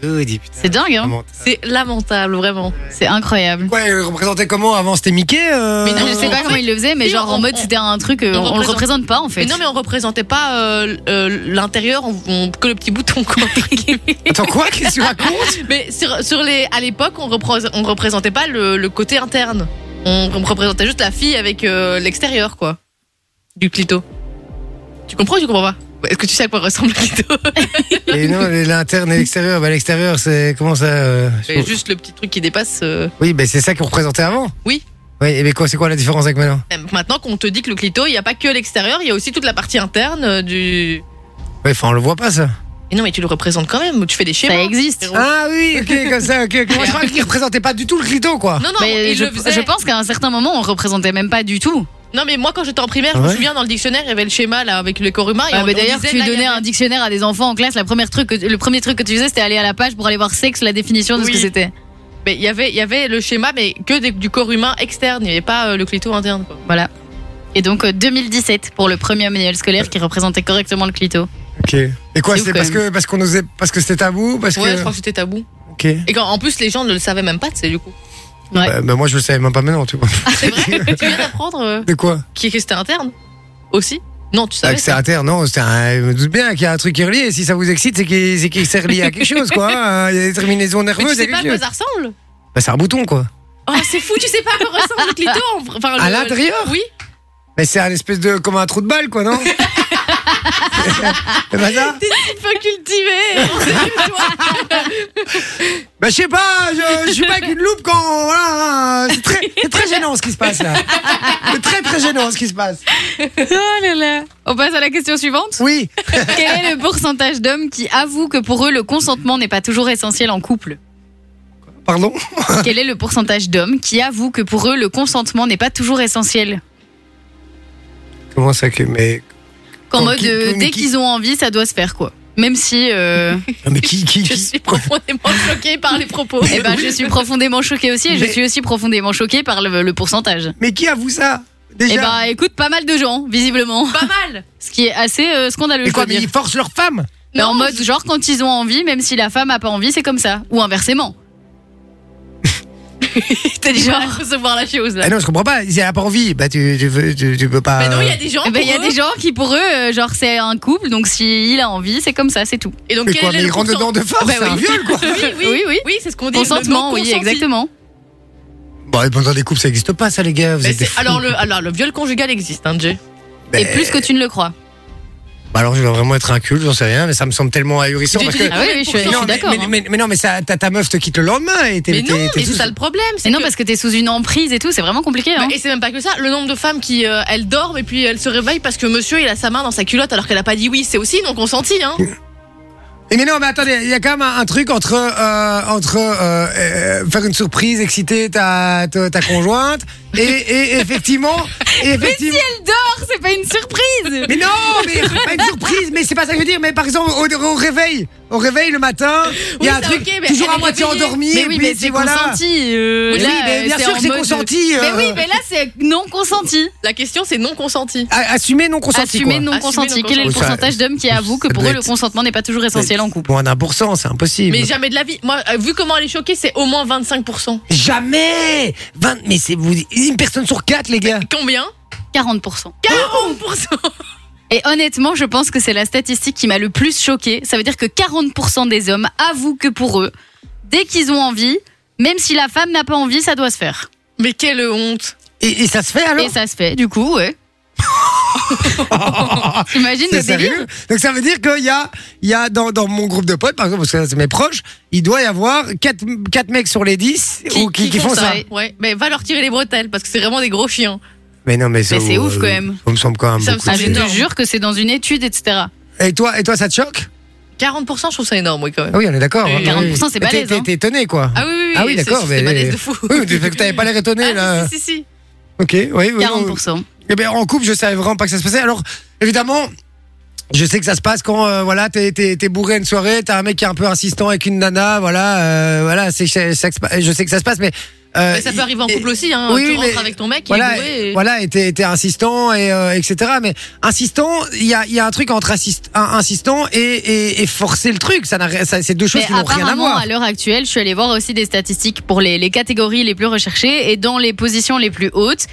S1: Oh, dis putain.
S2: C'est dingue, hein
S1: Comment-
S4: C'est lamentable, vraiment.
S2: C'est incroyable.
S1: Quoi, il représentait comment avant C'était Mickey euh,
S4: Mais non,
S2: Je sais pas
S4: en
S2: comment
S4: fait,
S2: ils le faisaient, mais
S4: oui,
S2: genre en
S4: Ah on-
S2: mode
S4: on-
S2: c'était un truc, euh,
S4: on
S2: on, le
S4: représente-
S2: représente pas en fait.
S4: Mais non, mais on représentait pas euh, euh, l'intérieur, on, on- que le petit bouton, quoi. entre guillemets.
S1: Attends, quoi Qu'est-ce que tu racontes
S4: mais sur, sur les, à l'époque, on, repré- on représentait pas le, le côté interne. On, on représentait juste la fille avec euh, l'extérieur, quoi. Du clito. Tu comprends ou tu comprends pas Est-ce que tu sais à quoi ressemble le clito
S1: Et non, mais l'interne et l'extérieur. Bah, l'extérieur, c'est. Comment ça euh, je-
S4: Mais Juste le petit truc qui dépasse. euh,
S1: Oui, bah, c'est ça qu'on représentait avant.
S4: Oui.
S1: Oui, et mais quoi, c'est quoi la différence avec maintenant
S4: Même Maintenant qu'on te dit que le clito, il n'y a pas que l'extérieur, il y a aussi toute la partie interne euh, du.
S1: Ouais, enfin, on le voit pas, ça.
S4: Mais non, mais tu le représentes quand même, tu fais des schémas.
S2: Ça existe.
S4: frérot.
S1: Ah oui, ok, comme ça, ok. ok. Moi, je crois qu'il représentait pas du tout le clito, quoi.
S4: Non, non,
S2: Mais
S4: il
S2: je,
S4: le faisait.
S2: je pense qu'à un certain moment, on représentait même pas du tout.
S4: Non, mais moi, quand j'étais en primaire, je
S1: Ouais.
S4: me souviens, dans le dictionnaire, il y avait le schéma là, avec le corps humain. et
S2: Ah,
S4: on-
S2: bah,
S4: on
S2: D'ailleurs,
S4: disait,
S2: tu
S4: là, il y
S2: donnais
S4: avait-
S2: un dictionnaire à des enfants en classe. La première truc que, le premier truc que tu faisais, c'était aller à la page pour aller voir sexe, la définition de ce
S4: Oui.
S2: que c'était.
S4: Mais il y avait, il y avait le schéma, mais que des- du corps humain externe, il n'y avait pas euh, le clito interne. Quoi.
S2: Voilà. Et donc euh, 2017 pour le premier manuel scolaire qui représentait correctement le clito.
S1: Ok. Et quoi,
S2: C'est
S1: c'est
S2: ouf,
S1: parce
S2: quand
S1: que, parce qu'on osait, parce que c'était tabou, parce
S4: Ouais, je
S1: que.
S4: crois que c'était tabou.
S1: Ok.
S4: Et quand, en plus, les gens ne le savaient même pas, tu sais, du coup.
S2: Ouais.
S1: Bah, bah, moi, je le savais même pas maintenant, tu vois.
S4: Ah, C'est vrai Tu viens d'apprendre euh,
S1: De quoi
S4: qui que c'était interne Aussi Non, tu savais.
S1: Accès à terre, non, c'est un- je me doute bien qu'il y a un truc qui est relié. Et si ça vous excite, c'est qu'il c'est qu'il s'est relié à quelque chose, quoi. hein. Il y a des terminaisons
S4: Mais
S1: nerveuses.
S4: tu sais
S1: il y a
S4: pas à
S1: quelque
S4: quoi
S1: chose.
S4: ça ressemble
S1: Bah, c'est un bouton, quoi.
S4: Oh, c'est fou, tu sais pas à quoi ressemble le clito en- enfin,
S1: À
S4: le-
S1: l'intérieur
S4: Oui.
S1: Mais c'est un espèce de. comme un trou de balle, quoi, non C'est pas ça
S4: T'es si peu cultivé
S1: Bah, je sais pas, je, je suis pas avec une loupe quand. Voilà, hein. c'est très, c'est très gênant ce qui se passe, là. C'est très, très gênant ce qui se passe.
S2: On passe à la question suivante.
S1: Oui.
S2: Quel est le pourcentage d'hommes qui avouent que pour eux le consentement n'est pas toujours essentiel en couple
S1: Pardon
S2: Quel est le pourcentage d'hommes qui avouent que pour eux le consentement n'est pas toujours essentiel
S1: Comment ça que. Mais,
S2: Qu'en
S1: Quand
S2: mode
S1: qui-
S2: euh,
S1: qui-
S2: dès
S1: qui-
S2: qu'ils ont envie, ça doit se faire quoi. Même si euh,
S1: non, mais qui. qui,
S4: Je
S1: qui-
S4: suis profondément choquée par les propos.
S2: eh ben, je suis profondément choquée aussi et je
S1: Mais-
S2: suis aussi profondément choquée par le, le pourcentage.
S1: Mais qui avoue ça
S2: Eh
S1: Déjà
S2: ben écoute, pas mal de gens, visiblement.
S4: Pas mal
S2: Ce qui est assez euh, scandaleux.
S1: Et quoi,
S2: je dois
S1: mais
S2: dire.
S1: ils forcent leur femme
S2: Mais en mode, genre, quand ils ont envie, même si la femme a pas envie, c'est comme ça. Ou inversement.
S4: T'as dit
S2: Genre.
S4: genre recevoir la chose là.
S1: Ah non, je comprends pas. Si elle a pas envie, bah tu, tu, veux- tu, tu peux pas.
S4: Mais Bah non, il y a
S1: euh,
S4: des gens.
S2: Eh ben, Il y a
S4: pour eux.
S2: des gens qui, pour eux, euh, genre, c'est un couple, donc s'il a envie, c'est comme ça, c'est tout.
S4: Et donc,
S1: Mais
S4: quel
S1: quoi,
S4: est
S1: mais
S4: le
S1: il rentre
S4: consen-
S1: dedans de force,
S2: Bah
S1: c'est un
S2: oui.
S1: viol quoi.
S4: Oui, oui,
S2: Oui, oui.
S4: Oui, c'est ce qu'on dit. le
S2: Consentement, oui,
S4: non-consenti.
S2: exactement.
S1: Bon, et pendant des couples, ça n'existe pas, ça, les gars. Vous
S4: Mais
S1: êtes des
S4: Bah c'est-
S1: fous.
S4: alors, le, alors, le viol conjugal existe, hein, Jay.
S2: Et
S1: Ben,
S2: plus que tu ne le crois.
S1: Bah alors, je vais vraiment être un cul, j'en sais rien, mais ça me semble tellement ahurissant.
S4: Tu-
S1: Parce
S4: tu
S1: que...
S4: dis-
S2: Ah oui, oui, je suis, je
S1: Non,
S2: suis
S1: mais,
S2: d'accord.
S1: mais,
S2: hein.
S1: mais- mais non, mais ça, ta, ta meuf te quitte le lendemain et t'es.
S4: Mais non,
S1: t'es- t'es
S4: mais c'est
S1: tout
S4: ça
S1: seul.
S4: le problème.
S2: Mais
S4: c'est
S2: non,
S4: que-
S2: parce que t'es sous une emprise et tout, c'est vraiment compliqué. Hein.
S4: Bah, Et c'est même pas que ça. Le nombre de femmes qui, euh, elles dorment et puis elles se réveillent parce que monsieur, il a sa main dans sa culotte alors qu'elle a pas dit oui, c'est aussi non consenti, hein.
S1: Et mais non, mais attendez, il y a quand même un, un truc entre, euh, entre euh, euh, faire une surprise, exciter ta, ta, ta conjointe et, et effectivement. Et effectivement
S2: Elle dort, c'est pas une surprise
S1: mais non, mais pas une surprise, mais c'est pas ça que je veux dire. Mais par exemple, au, au réveil, au réveil le matin, il y a
S4: Oui,
S1: un
S4: ça,
S1: truc
S4: ok, mais
S1: toujours
S4: elle
S1: à
S4: est
S1: moitié
S4: réveillée.
S1: endormi.
S2: Mais
S1: et
S2: oui,
S1: puis,
S2: mais
S1: tu-
S2: c'est
S1: voilà.
S2: consenti. euh,
S1: Oui,
S2: là,
S1: mais bien
S2: euh,
S1: sûr
S2: en
S1: que c'est
S2: mode-
S1: consenti,
S2: Mais
S1: euh.
S2: oui, mais là, c'est non consenti.
S4: La question, c'est non consenti.
S1: A- Assumer non consenti.
S2: Assumé
S1: quoi.
S2: non
S4: Assumé
S2: consenti.
S4: non
S2: Quel est le
S1: consenti. Ça-
S2: pourcentage d'hommes qui avouent que
S1: ça
S2: pour
S1: doit
S2: eux, le
S1: être-
S2: consentement n'est pas toujours essentiel en couple
S1: Moins d'un pour cent, c'est impossible.
S4: Mais jamais de la vie. Moi, euh, vu comment elle est choquée, c'est au moins 25%.
S1: Jamais 20, Mais c'est vous, une personne sur quatre, les gars.
S4: Combien
S2: 40%.
S4: 40%
S2: Et honnêtement, je pense que c'est la statistique qui m'a le plus choquée. Ça veut dire que 40% des hommes avouent que pour eux, dès qu'ils ont envie, même si la femme n'a pas envie, ça doit se faire.
S4: Mais quelle honte
S1: Et, et ça se fait alors
S2: Et ça se fait, du coup, ouais. T'imagines
S1: C'est
S2: le délire
S1: sérieux Donc ça veut dire qu'il y a, il y a dans, dans mon groupe de potes, par exemple, parce que ça, c'est mes proches, il doit y avoir 4, quatre mecs sur les 10 ou, qui, qui font ça.
S4: Ouais, mais va leur tirer les bretelles parce que c'est vraiment des gros chiens.
S1: Mais non, mais c'est,
S2: Mais c'est ouf, quand même.
S1: Ça me semble quand même
S4: Ça me
S1: beaucoup.
S2: Ah,
S4: semble
S2: je
S4: C'est
S2: te
S4: énorme.
S2: jure que c'est dans une étude, etc.
S1: Et toi, et toi, ça te choque
S4: 40%, je trouve ça énorme, oui, quand
S1: Ah
S4: même.
S1: oui, on est d'accord.
S4: Oui,
S1: hein.
S2: 40%,
S1: Mais t'es-
S2: c'est balèze,
S1: T'es,
S2: hein.
S1: t'es étonné, quoi.
S4: Ah oui, oui, oui.
S1: Ah oui,
S4: c'est-
S1: d'accord,
S4: C'est
S1: mais-
S4: balèze de fou.
S1: Oui, tu fais que t'avais pas l'air étonné, là.
S4: Ah, si, si, si.
S1: Ok, Euh, oui, oui. oui.
S2: 40%.
S1: Eh bien, en couple, je savais vraiment pas que ça se passait. Alors, évidemment, je sais que ça se passe quand, euh, voilà, t'es, t'es, t'es bourré à une soirée, t'as un mec qui est un peu insistant avec une nana, voilà, euh, voilà, c'est, c'est- c'est- je sais que ça se passe, mais. euh,
S4: Mais ça peut arriver en
S1: et-
S4: couple aussi, hein.
S1: oui,
S4: tu
S1: oui,
S4: rentres
S1: mais-
S4: avec ton mec,
S1: Voilà,
S4: il est bourré.
S1: et-
S4: et-
S1: voilà, et t'es, t'es insistant et euh, etc. Mais insistant, il y a, il y a un truc entre insist- un- insistant et, et, et forcer le truc. Ça, n'a rien- ça- c'est deux choses
S2: Mais
S1: qui n'ont rien à
S2: apparemment,
S1: voir.
S2: à l'heure actuelle, je suis allée voir aussi des statistiques pour les, les catégories les plus recherchées et dans les positions les plus hautes.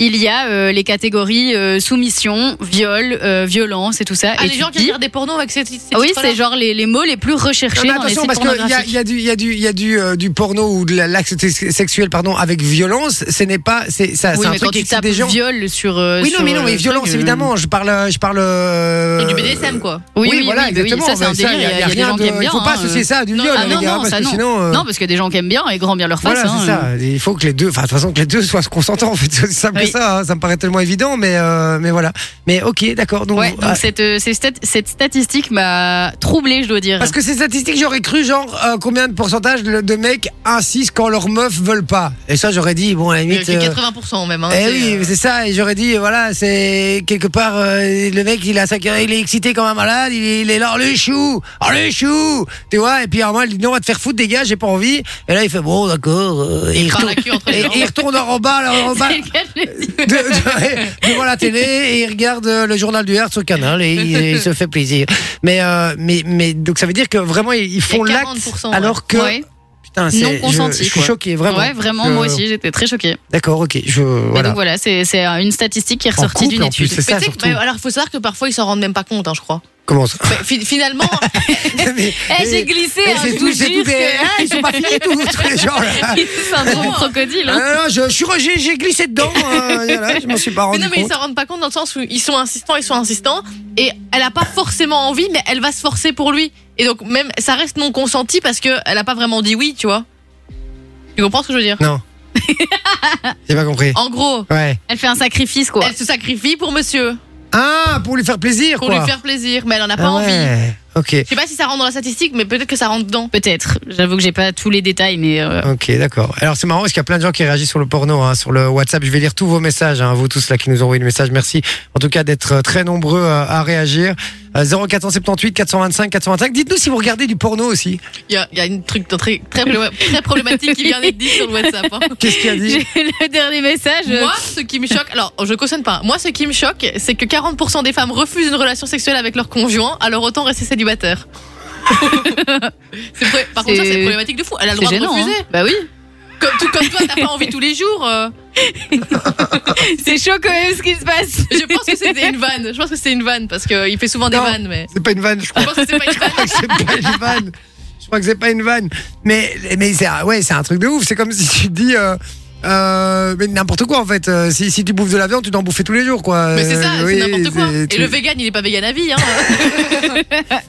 S2: Il y a euh, les catégories euh, soumission, viol, euh, violence et tout ça.
S4: Ah,
S2: et
S4: les
S2: tu
S4: gens
S2: te
S4: qui
S2: dis-
S4: regardent des pornos avec ces
S1: Ah
S4: ces
S2: Oui,
S4: titres-là.
S2: c'est genre les, les mots les plus
S1: Non,
S2: recherchés
S1: mais
S2: dans les
S1: attention
S2: sites
S1: parce qu'il y a,
S2: pornographiques.
S1: il y a du, il y a du, il y a du, euh, du porno ou de la- l'acte sexuel pardon avec violence. Ce n'est pas, c'est, ça,
S2: Oui,
S1: c'est un
S2: mais quand
S1: truc qui
S2: tu
S1: excite
S2: tapes
S1: des gens.
S2: viol sur. euh,
S1: Oui, non,
S2: sur
S1: mais non,
S2: le
S1: mais violence,
S2: truc, euh,
S1: évidemment. Je parle, euh, je parle.
S4: Et
S1: euh,
S4: du BDSM, quoi.
S2: Oui,
S1: oui,
S2: oui,
S1: voilà,
S2: oui, bah oui,
S1: exactement.
S2: ça, c'est
S1: mais
S2: un délire. Il y a, il y a des
S1: rien
S2: gens
S1: de-
S2: qui aiment
S1: Il
S2: bien.
S1: faut pas
S2: hein,
S1: associer
S2: euh.
S1: ça à du
S2: Non,
S1: viol,
S2: ah,
S1: les
S2: non,
S1: gars,
S2: non,
S1: parce
S2: ça,
S1: que
S2: non.
S1: sinon. euh,
S2: Non, parce que des gens qui aiment bien et grand bien leur face.
S1: Voilà, c'est
S2: hein, euh.
S1: ça. Il faut que les deux, enfin, de toute façon, que les deux soient consentants, en fait. C'est aussi simple
S2: Oui.
S1: que ça. hein. Ça me paraît tellement évident, mais, euh, mais voilà. Mais ok, d'accord. Donc,
S2: Ouais,
S1: ah,
S2: donc cette, euh, ces stat- cette statistique m'a troublée, je dois dire.
S1: parce que ces statistiques, j'aurais cru, genre, euh, combien de pourcentage de de mecs insistent quand leurs meufs veulent pas. Et ça, j'aurais dit, bon, à la
S4: Euh,
S1: limite.
S4: C'est
S1: euh,
S4: 80% même. Hein,
S1: Eh
S4: c'est,
S1: oui,
S4: euh,
S1: c'est ça. Et j'aurais dit, voilà, c'est quelque part euh, le mec, il a sa il est excité comme un malade, il est, il est là, oh, le chou, oh, le chou, tu vois. Et puis alors, moi, il dit non, on va te faire foutre, des gars, j'ai pas envie. Et là, il fait bon, d'accord. euh, et il
S4: par
S1: retourne,
S4: la queue entre les
S1: et-
S4: jambes.
S1: et il retourne en bas, là, en bas
S2: C'est le cas de le dire.
S1: de- de- devant la télé et il regarde euh, le journal du Hertz sur Canal et il, il se fait plaisir. Mais euh, mais mais donc ça veut dire que vraiment ils ils font
S4: Il y a
S1: l'acte
S4: 40%, ouais.
S1: alors que
S2: Ouais,
S1: putain c'est
S2: Non
S1: je-
S2: consenti,
S1: Je, suis
S2: quoi.
S1: choqué vraiment.
S2: ouais, vraiment,
S1: Je-
S2: moi aussi, j'étais très choquée.
S1: D'accord, ok. Je
S2: Mais
S1: voilà.
S2: Donc voilà, c'est c'est, euh, une statistique qui est
S1: En
S2: ressortie
S1: couple
S2: d'une
S1: en plus,
S2: étude.
S1: c'est ça
S4: Mais tu sais que-
S1: surtout.
S4: mais alors, faut savoir que parfois ils s'en rendent même pas compte, hein, je crois.
S1: Comment ça
S4: Mais fi- finalement,
S1: Mais-
S2: Eh, j'ai
S1: mais-
S2: glissé,
S1: mais
S2: hein,
S1: c'est
S2: je
S1: tout,
S2: vous
S1: c'est
S2: jure
S1: tout des-
S2: que-
S1: Ah, ils sont pas finis tous, tous les gens là.
S2: C'est un gros crocodile.
S1: Ah,
S2: hein.
S1: non, non, je, je suis Roger, j'ai glissé dedans. euh, voilà, je m'en suis pas
S4: mais
S1: rendu
S4: non, mais ils
S1: compte.
S4: s'en rendent pas compte dans le sens où ils sont insistants, ils sont insistants, et elle a pas forcément envie, mais elle va se forcer pour lui. Et donc même, ça reste non consenti parce que elle a pas vraiment dit oui, tu vois. Tu comprends ce que je veux dire
S1: Non. J'ai pas compris.
S4: En gros,
S1: Ouais.
S2: Elle fait un sacrifice, quoi.
S4: elle se sacrifie pour Monsieur,
S1: Ah, pour lui faire plaisir,
S4: pour
S1: quoi.
S4: lui faire plaisir, mais elle en a pas
S1: ah
S4: envie.
S1: ouais. Ok.
S4: Je sais pas si ça rentre dans la statistique, mais peut-être que ça rentre dedans.
S2: Peut-être. J'avoue que j'ai pas tous les détails, mais. euh,
S1: Ok, d'accord. Alors c'est marrant parce qu'il y a plein de gens qui réagissent sur le porno, hein, sur le WhatsApp. Je vais lire tous vos messages, hein, vous tous là qui nous envoyez des messages. Merci en tout cas d'être euh, très nombreux euh, à réagir. Euh, 0478 425 425. Dites-nous si vous regardez du porno aussi.
S4: Il y a, il y a une truc très, très, très problématique qui vient d'être dit sur le WhatsApp. hein.
S1: Qu'est-ce qu'il a dit
S2: J'ai le dernier message. euh,
S4: Moi, ce qui me choque, alors je cautionne pas, moi ce qui me choque, c'est que 40% des femmes refusent une relation sexuelle avec leur conjoint, alors autant rester célibataire. C'est vrai. Par contre, ça,
S2: C'est-
S4: c'est problématique de fou. Elle a le droit
S2: C'est gênant.
S4: de refuser.
S2: hein. Bah oui.
S4: Comme, tout comme toi, t'as pas envie tous les jours. euh.
S2: C'est chaud quand même ce qui se passe.
S4: Je pense que c'était une vanne. Je pense que c'est une vanne parce qu'il fait souvent des
S1: Non.
S4: vannes, mais.
S1: C'est pas une vanne, je crois.
S4: Je pense que c'est pas une
S1: que
S4: vanne.
S1: c'est pas une vanne. Je crois que c'est pas une vanne. Mais, mais c'est un- ouais, c'est un truc de ouf. C'est comme si tu dis. euh, euh, mais n'importe quoi en fait. Euh, Si, si tu bouffes de la viande, tu t'en bouffais tous les jours quoi.
S4: Mais c'est ça,
S1: Euh, oui,
S4: c'est n'importe quoi.
S1: c'est-
S4: Et
S1: tu
S4: le vegan, il est pas vegan à vie, hein.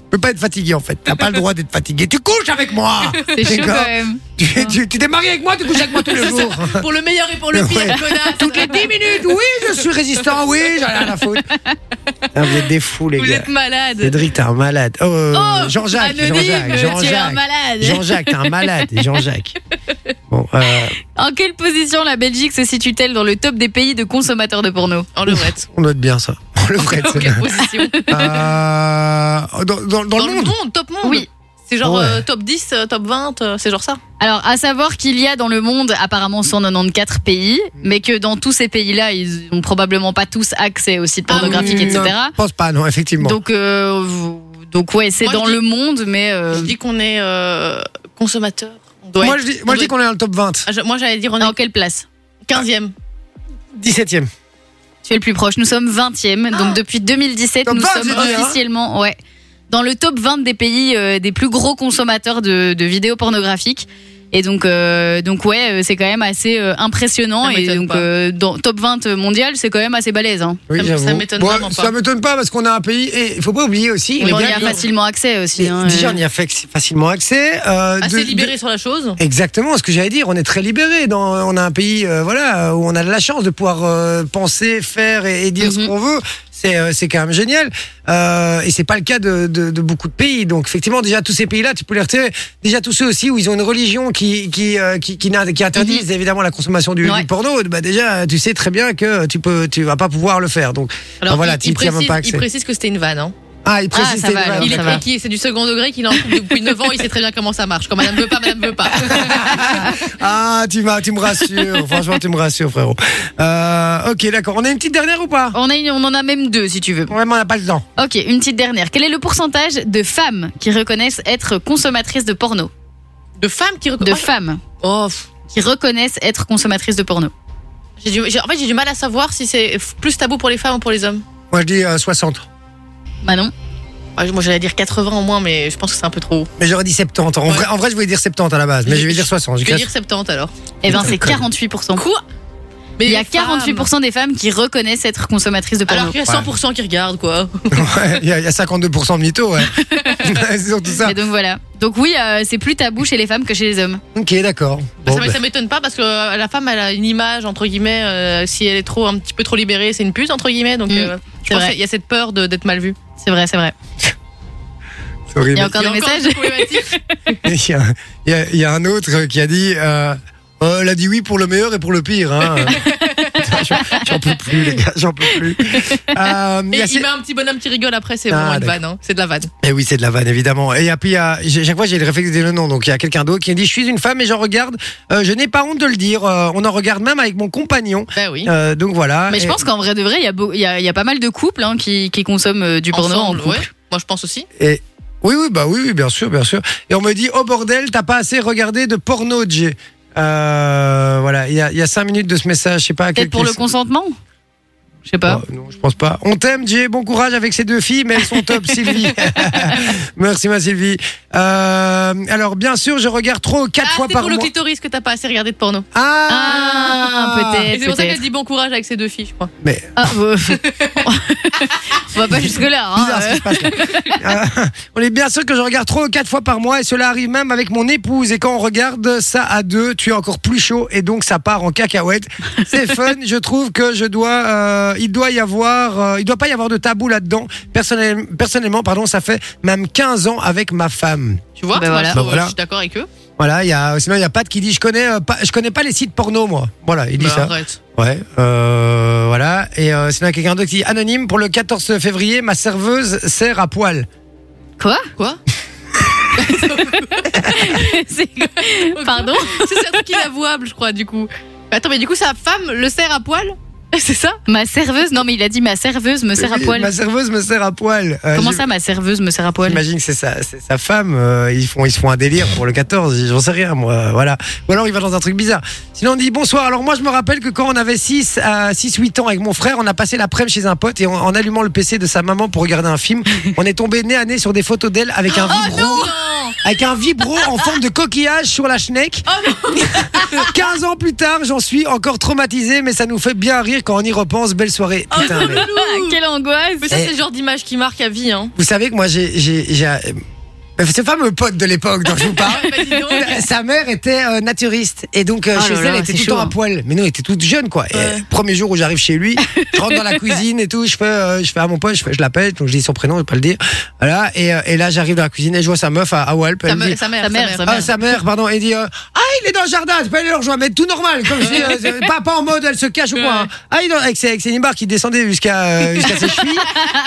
S1: peux pas être fatigué en fait. T'as pas le droit d'être fatigué. Tu couches avec moi.
S2: C'est chaud
S1: D'accord.
S2: quand même.
S1: Tu, tu- tu t'es marié avec moi, tu couches avec moi tous les jours.
S4: pour le meilleur et pour le pire,
S1: Ouais.
S4: connasse.
S1: Toutes les 10 minutes, oui, je suis résistant, oui, j'en ai rien à foutre. Ah, vous êtes des fous, les
S4: Vous
S1: gars.
S4: êtes malade.
S1: Cédric, t'es un malade. Oh,
S4: Oh,
S1: Jean-Jacques,
S4: anonyme,
S1: Jean-Jacques,
S4: tu es un
S1: Jean-Jacques.
S4: malade.
S1: Jean-Jacques, t'es un malade, Jean-Jacques. Bon, euh,
S2: En quelle position la Belgique se situe-t-elle dans le top des pays de consommateurs de porno
S4: En levrette.
S1: on note bien ça. On le ferait.
S4: En quelle position
S1: Euh, dans, dans- dans
S4: Dans
S1: le monde
S4: top monde.
S2: Oui.
S4: C'est genre
S1: Ah ouais.
S4: euh, top 10, euh, top 20, euh, c'est genre ça.
S2: Alors, à savoir qu'il y a dans le monde apparemment 194 pays,
S4: Mm.
S2: mais que dans tous ces pays-là, ils n'ont probablement pas tous accès aux sites
S4: Ah oui.
S2: pornographiques,
S1: Hmm, Non,
S2: etc.
S1: Je pense pas, non, effectivement.
S2: Donc, euh, vous- donc ouais, c'est
S4: Moi, je
S2: dans
S4: dis-
S2: le monde, mais euh,
S4: Je dis qu'on est euh, consommateur. On doit
S1: moi,
S4: être-
S1: je dis, moi,
S4: on
S1: je dis
S4: doit
S1: qu'on est dans le top 20.
S4: être- Ah, je- Moi, j'allais dire on est
S2: en quelle place
S4: 15e.
S1: 17ème.
S2: Tu es le plus proche. Nous sommes 20e,
S4: Ah.
S2: donc depuis 2017,
S1: Top
S2: nous
S1: 20,
S2: sommes
S1: j'ai dit, hein
S2: officiellement ouais, dans le top 20 des pays euh, des plus gros consommateurs de, de vidéos pornographiques. Et donc, euh, donc ouais, euh, c'est quand même assez euh, impressionnant.
S4: Ça
S2: Et
S4: m'étonne
S2: donc,
S4: pas.
S2: euh, dans top 20 mondial, c'est quand même assez balèze. Hein.
S1: Oui,
S4: Ça me-
S1: j'avoue.
S4: ça m'étonne
S1: Ouais,
S4: vraiment pas.
S1: Ça m'étonne pas parce qu'on a un pays. Et il faut pas oublier aussi.
S2: Et
S1: les
S2: on y
S1: gars,
S2: a facilement accès aussi.
S1: Et
S2: hein,
S1: déjà,
S2: euh.
S1: on y a fac- facilement accès. euh, de-
S4: Assez libéré
S1: de-
S4: sur la chose.
S1: Exactement, ce que j'allais dire. On est très libéré. Dans, on a un pays, euh, voilà, où on a de la chance de pouvoir euh, penser, faire et, et dire ce
S2: Mhm.
S1: qu'on veut. C'est, euh, c'est quand même génial. Euh, et c'est pas le cas de, de, de beaucoup de pays. Donc effectivement, déjà tous ces pays-là, tu peux les retirer. Déjà tous ceux aussi où ils ont une religion qui qui euh, qui, qui, n'a- qui
S4: Mhm.
S1: interdise évidemment la consommation du, du
S2: Ouais.
S1: porno. Bah déjà, tu sais très bien que tu peux, tu vas pas pouvoir le faire. Donc
S4: Alors,
S1: Ah, voilà,
S4: il,
S1: tu
S4: il
S1: y tiens même
S4: précise,
S1: pas
S4: il
S1: accès.
S4: précise que c'était une vanne. hein.
S1: Ah, il précise.
S2: ça
S1: c'est-
S2: va, alors,
S1: voilà.
S4: il est
S2: ça va.
S4: précis, c'est du second degré qu'il est en couple depuis 9 ans, il sait très bien comment ça marche. Quand madame veut pas, madame veut pas.
S1: Ah, tu, m'as- tu me rassures. Franchement, tu me rassures, frérot. Euh, ok, d'accord. On a une petite dernière ou pas
S2: On, a une- on en a même deux, si tu veux.
S1: Vraiment, on n'a pas le temps.
S2: Ok, une petite dernière. Quel est le pourcentage de femmes qui reconnaissent être consommatrices de porno
S4: De femmes qui
S2: De
S4: reconnaissent.
S2: femmes
S4: Oh, pff.
S2: qui reconnaissent être consommatrices de porno.
S4: J'ai du- j'ai- en fait, j'ai du mal à savoir si c'est f- plus tabou pour les femmes ou pour les hommes.
S1: Moi, je dis euh, 60.
S2: Manon
S4: Ouais, Moi, j'allais dire 80 au moins, mais je pense que c'est un peu trop haut.
S1: Mais j'aurais dit 70. En,
S4: Ouais.
S1: vrai, en vrai, je voulais dire 70 à la base, mais je vais dire 60.
S4: Je
S1: J'ai
S4: vais
S1: quatre-
S4: dire 70 alors.
S2: Eh ben,
S1: Putain,
S2: c'est
S1: con.
S2: 48%.
S4: Quoi Mais
S2: Il y
S4: les
S2: a
S4: femmes,
S2: 48% des femmes qui reconnaissent être consommatrices de porno.
S4: Alors qu'il y a 100% qui regardent, quoi.
S1: Ouais, Il y, a- il y a 52% de mythos, ouais. C'est surtout ça.
S2: Et donc voilà. Donc oui, euh, c'est plus tabou chez les femmes que chez les hommes.
S1: Ok, d'accord.
S4: Bah,
S1: Bon,
S4: ça m-
S1: bah,
S4: ça m'étonne pas parce que euh, la femme, elle a une image, entre guillemets, euh, si elle est trop un petit peu trop libérée, c'est une pute, entre guillemets. Donc,
S2: Mm,
S4: euh, je pense
S2: vrai.
S4: qu'il y a cette peur de- d'être mal vue.
S2: C'est vrai, c'est vrai.
S1: c'est horrible.
S2: Il y a encore des messages
S4: cette problématique.
S1: Il y, a, il y a- il y a un autre qui a dit. Euh, euh, elle a dit oui pour le meilleur et pour le pire. Hein. Putain, j'en- j'en peux plus, les gars, j'en peux plus. Euh, il y
S4: Et
S1: a
S4: il
S1: ces-
S4: met un petit bonhomme qui rigole après, c'est
S1: Ah,
S4: vraiment une
S1: d'accord.
S4: vanne, hein. c'est de la vanne.
S1: Et Eh oui, c'est de la vanne, évidemment. Et puis, il y a- j'ai- chaque fois, j'ai le réflexe des noms. Donc, il y a quelqu'un d'autre qui me dit Je suis une femme et j'en regarde. Euh, je n'ai pas honte de le dire. Euh, on en regarde même avec mon compagnon.
S4: Bah oui.
S1: Euh, donc, voilà.
S2: Mais je
S1: Et-
S2: pense qu'en vrai de vrai, il y, a beau- il y a, il y a pas mal de couples hein, qui, qui consomment euh, du porno en
S4: Ensemble,
S2: couple.
S4: ouais. Moi, je pense aussi.
S1: et- Oui, oui, bah oui, oui, bien sûr, bien sûr. Et on me dit Oh bordel, t'as pas assez regardé de porno, Jay. Euh, voilà, il y, a, il y a cinq minutes de ce message. Je sais pas à quel
S2: Peut-être pour le consentement Je sais pas.
S1: Oh, non, je pense pas. On t'aime, Jay. Bon courage avec ces deux filles, mais elles sont top, Sylvie. Merci, ma Sylvie. Euh, alors, bien sûr, je regarde trop quatre
S4: Ah,
S1: fois
S4: c'est
S1: par
S4: pour le
S1: mois.
S4: clitoris que t'as pas assez regardé de porno.
S2: Ah, peut-être.
S4: Et c'est pour ça qu'elle
S2: peut-être.
S4: dit bon courage avec ses deux filles, je crois.
S1: Mais
S2: Ah, euh, On va pas jusque-là. hein.
S4: euh,
S1: Bizarre ce qui se passe là. Euh, on est bien sûr que je regarde trois ou quatre fois par mois et cela arrive même avec mon épouse. Et quand on regarde ça à deux, tu es encore plus chaud et donc ça part en cacahuète. C'est fun. Je trouve que je dois, euh, il doit y avoir, euh, il doit pas y avoir de tabou là-dedans. Personnel- personnellement, pardon, ça fait même 15 ans avec ma femme.
S4: Tu vois
S2: Bah
S4: Moi,
S2: voilà.
S4: je-
S1: Bah
S4: euh,
S1: voilà.
S4: Je suis d'accord avec eux.
S1: Voilà. Il y a, sinon il y a Pat qui dit, je connais, euh, pas, je connais pas les sites porno moi. Voilà, il dit
S4: Bah,
S1: ça.
S4: arrête.
S1: Ouais, euh, voilà. Et euh, sinon, il y a quelqu'un d'autre qui dit Anonyme, pour le 14 février, ma serveuse sert à poil.
S2: Quoi
S4: Quoi
S2: C'est- Pardon
S4: C'est un truc inavouable, je crois, du coup. Attends, mais du coup, sa femme le serre à poil C'est ça
S2: Ma serveuse Non, mais il a dit ma serveuse me sert à
S1: Oui,
S2: poil.
S1: Ma serveuse me sert à poil. Euh,
S2: Comment
S1: j'im-
S2: ça, ma serveuse me sert à poil
S1: J'imagine que c'est sa, c'est sa femme. euh, ils, font, ils se font un délire pour le 14. J'en sais rien, moi. euh, Voilà. Ou alors il va dans un truc bizarre. Sinon, on dit bonsoir. Alors, moi, je me rappelle que quand on avait 6 à 6-8 ans avec mon frère, on a passé l'après-midi chez un pote et en, en allumant le PC de sa maman pour regarder un film, on est tombé nez à nez sur des photos d'elle avec un
S2: Oh
S1: vibro. avec un vibro en forme de coquillage sur la schneck.
S2: Oh
S1: 15 ans plus tard, j'en suis encore traumatisé, mais ça nous fait bien rire quand on y repense. Belle soirée. Putain, mais-
S2: Ah, Quelle angoisse
S4: Mais ça,
S1: Eh.
S4: c'est le genre d'image qui marque à vie, hein.
S1: vous savez que moi, j'ai. j'ai, j'ai un- Mais ce fameux pote de l'époque dont je vous parle.
S4: Bah, dis donc.
S1: Sa mère était euh, naturiste et donc euh,
S2: Oh
S1: chez
S2: là
S1: elle,
S2: là,
S1: elle était
S2: c'est
S1: tout le
S2: chaud,
S1: temps à
S2: hein.
S1: poil. Mais nous, elle était toute jeune quoi. Et, euh, premier jour où j'arrive chez lui, je rentre dans la cuisine et tout, je fais, euh, je fais à mon pote, je, fais- je l'appelle, donc je dis son prénom, je vais pas le dire. Voilà. Et, euh, et là, j'arrive dans la cuisine et je vois sa meuf à, à Walp.
S4: Sa
S1: elle me
S4: me-
S1: dit,
S4: Sa mère,
S2: Sa mère, sa
S1: ah, sa mère, pardon, elle dit euh, Ah, il est dans le jardin, tu peux aller le rejoindre, mais tout normal, comme si, euh, c'est pas, pas en mode elle se cache ou quoi. hein. Ah, il est dans- avec ses, avec ses nibards qui descendaient jusqu'à euh, jusqu'à ses chevilles.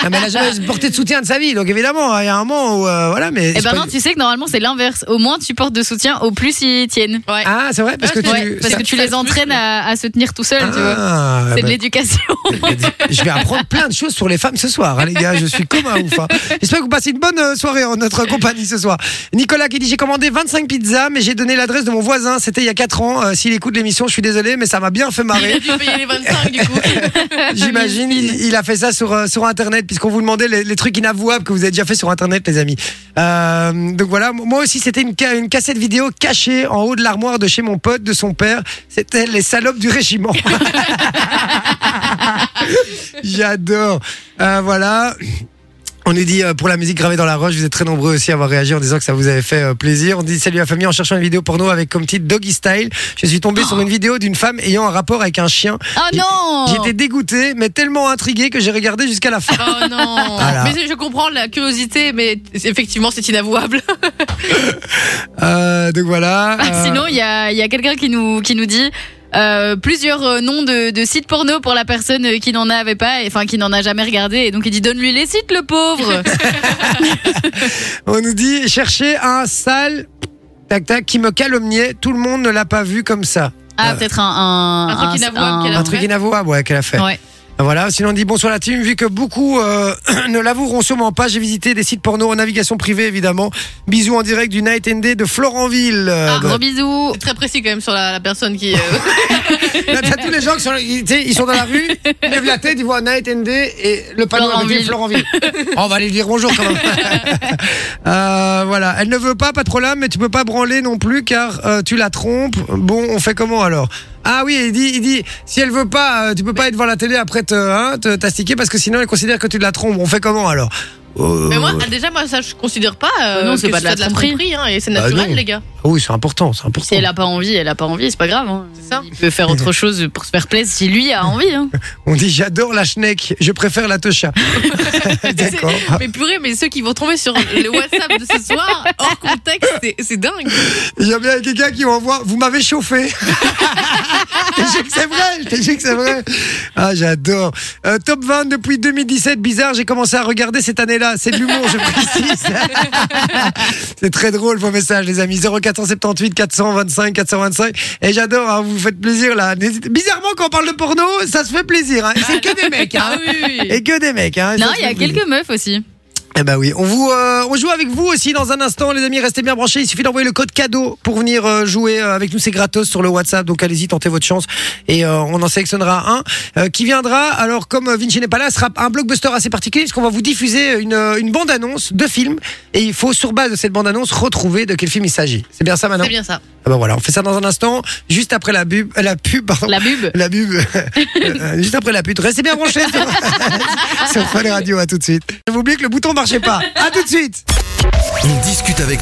S1: Non, mais elle a jamais porté de soutien de sa vie, donc évidemment, il y a un moment où. euh, voilà, mais.
S2: Eh
S1: c'est
S2: ben
S1: pas-
S2: non, tu sais que normalement c'est l'inverse. Au moins tu portes de soutien, au plus ils tiennent.
S4: Ouais.
S1: Ah, c'est vrai, parce que tu.
S2: Ouais, parce que tu les entraînes à, à se tenir tout seul, tu vois.
S1: Ah,
S2: C'est de
S1: bah,
S2: l'éducation.
S1: je vais apprendre plein de choses sur les femmes ce soir, hein, les gars. Je suis comme un ouf. hein. J'espère que vous passez une bonne euh, soirée en notre compagnie ce soir. Nicolas qui dit J'ai commandé 25 pizzas, mais j'ai donné l'adresse de mon voisin. C'était il y a 4 ans. Euh, S'il écoute l'émission, je suis désolé, mais ça m'a bien fait
S4: Il
S1: marrer.
S4: a dû payer les 25 du coup.
S1: J'imagine, il, il a fait ça sur, euh, sur Internet, puisqu'on vous demandait les, les trucs inavouables que vous avez déjà fait sur Internet, les amis. Euh, donc voilà, m- moi aussi, c'était une, ca- une cassette vidéo cachée en haut de l'armoire de chez mon pote, de son père. C'était les salopes du régiment. J'adore. Euh, voilà. On nous dit euh, pour la musique gravée dans la roche, vous êtes très nombreux aussi à avoir réagi en disant que ça vous avait fait euh, plaisir. On dit salut à la famille en cherchant une vidéo porno avec comme titre Doggy Style. Je suis tombé sur une vidéo d'une femme ayant un rapport avec un chien.
S2: Ah non
S1: J'étais dégoûté, mais tellement intrigué que j'ai regardé jusqu'à la fin.
S4: Oh non.
S1: Voilà.
S4: Mais je comprends la curiosité, mais effectivement, c'est inavouable.
S1: Ah, Euh, donc voilà. euh,
S2: Ah, Sinon, il y a, il y a quelqu'un qui nous, qui nous dit euh, plusieurs euh, noms de, de sites porno pour la personne euh, qui n'en avait pas, et- enfin qui n'en a jamais regardé. Et donc il dit donne-lui les sites, le pauvre
S1: on nous dit chercher un sale tac tac qui me calomniait. Tout le monde ne l'a pas vu comme ça.
S2: Ah, peut-être un.
S4: Un truc inavouable qu'elle
S1: Un
S4: Alors,
S1: truc
S4: ouais.
S1: inavouable ouais, qu'elle a fait. Ben
S2: Ouais.
S1: Voilà, sinon on dit bonsoir la team, vu que beaucoup euh, ne l'avoueront sûrement pas, j'ai visité des sites porno en navigation privée évidemment. Bisous en direct du Night and Day de Florentville. Euh,
S2: Ah,
S1: bah,
S2: Gros bisous
S4: Très précis quand même sur la, la personne qui. euh,
S1: Là, t'as tous les gens qui sont, ils, tu sais, ils sont dans la rue, ils lèvent la tête, ils voient Night and Day et le panneau
S2: Florent
S1: avec
S2: Ville.
S1: Florentville. on va aller dire bonjour quand même. Euh, voilà, elle ne veut pas, pas de problème, mais tu peux pas branler non plus car euh, tu la trompes. Bon, on fait comment alors Ah oui, il dit, il dit, si elle veut pas, euh, tu peux pas être devant la télé après te, hein, te t'astiquer parce que sinon elle considère que tu la trompes. On fait comment alors Euh,
S4: Mais moi, déjà, moi, ça, je considère pas. euh,
S2: Non, c'est
S4: que
S2: pas
S4: ce
S2: de la
S4: soit
S2: tromperie.
S4: hein, et c'est
S1: Bah
S4: naturel,
S1: non.
S4: les gars.
S1: Oui, c'est important, c'est
S2: Si
S1: important.
S2: elle a pas envie, elle a pas envie, c'est pas grave. hein.
S4: C'est ça.
S2: Il peut faire
S1: Ah.
S2: autre chose pour se faire plaisir si lui a envie. hein.
S1: On dit j'adore la schneck, je préfère la tocha. D'accord.
S4: Mais purée, mais ceux qui vont tomber sur le WhatsApp de ce soir, hors contexte, c'est- c'est dingue.
S1: Il y a bien quelqu'un qui m'envoie Vous m'avez chauffé Je te jure que c'est vrai, je te jure que c'est vrai. Ah, j'adore. Euh, top 20 depuis 2017, bizarre, j'ai commencé à regarder cette année-là. C'est de l'humour, je précise. c'est très drôle vos messages, les amis. 0478 425 425. Et j'adore, hein, vous vous faites plaisir là. N'hésitez- Bizarrement, quand on parle de porno, ça se fait plaisir. hein. Et c'est que des mecs. hein.
S4: Ah oui, oui.
S1: Et que des mecs. hein. Et
S2: Non,
S1: ça se
S2: il y a
S1: fait plaisir.
S2: quelques meufs aussi.
S1: Eh ben oui, on vous, euh, on joue avec vous aussi dans un instant, les amis. Restez bien branchés. Il suffit d'envoyer le code cadeau pour venir euh, jouer euh, avec nous. C'est gratos sur le WhatsApp. Donc allez-y, tentez votre chance et euh, on en sélectionnera un euh, qui viendra. Alors comme euh, Vinci n'est pas là, ce sera un blockbuster assez particulier puisqu'on va vous diffuser une, euh, une bande annonce de film et il faut sur base de cette bande annonce retrouver de quel film il s'agit. C'est bien ça maintenant.
S4: C'est bien ça.
S1: Ah ben voilà, on fait ça dans un instant, juste après la pub, la pub, pardon.
S2: La bube.
S1: La pub. Euh, Juste après la pute. Restez bien branchés sur, sur Fun Radio. À tout de suite. J'avais oublié que le bouton marchait pas. À tout de suite.
S5: On discute avec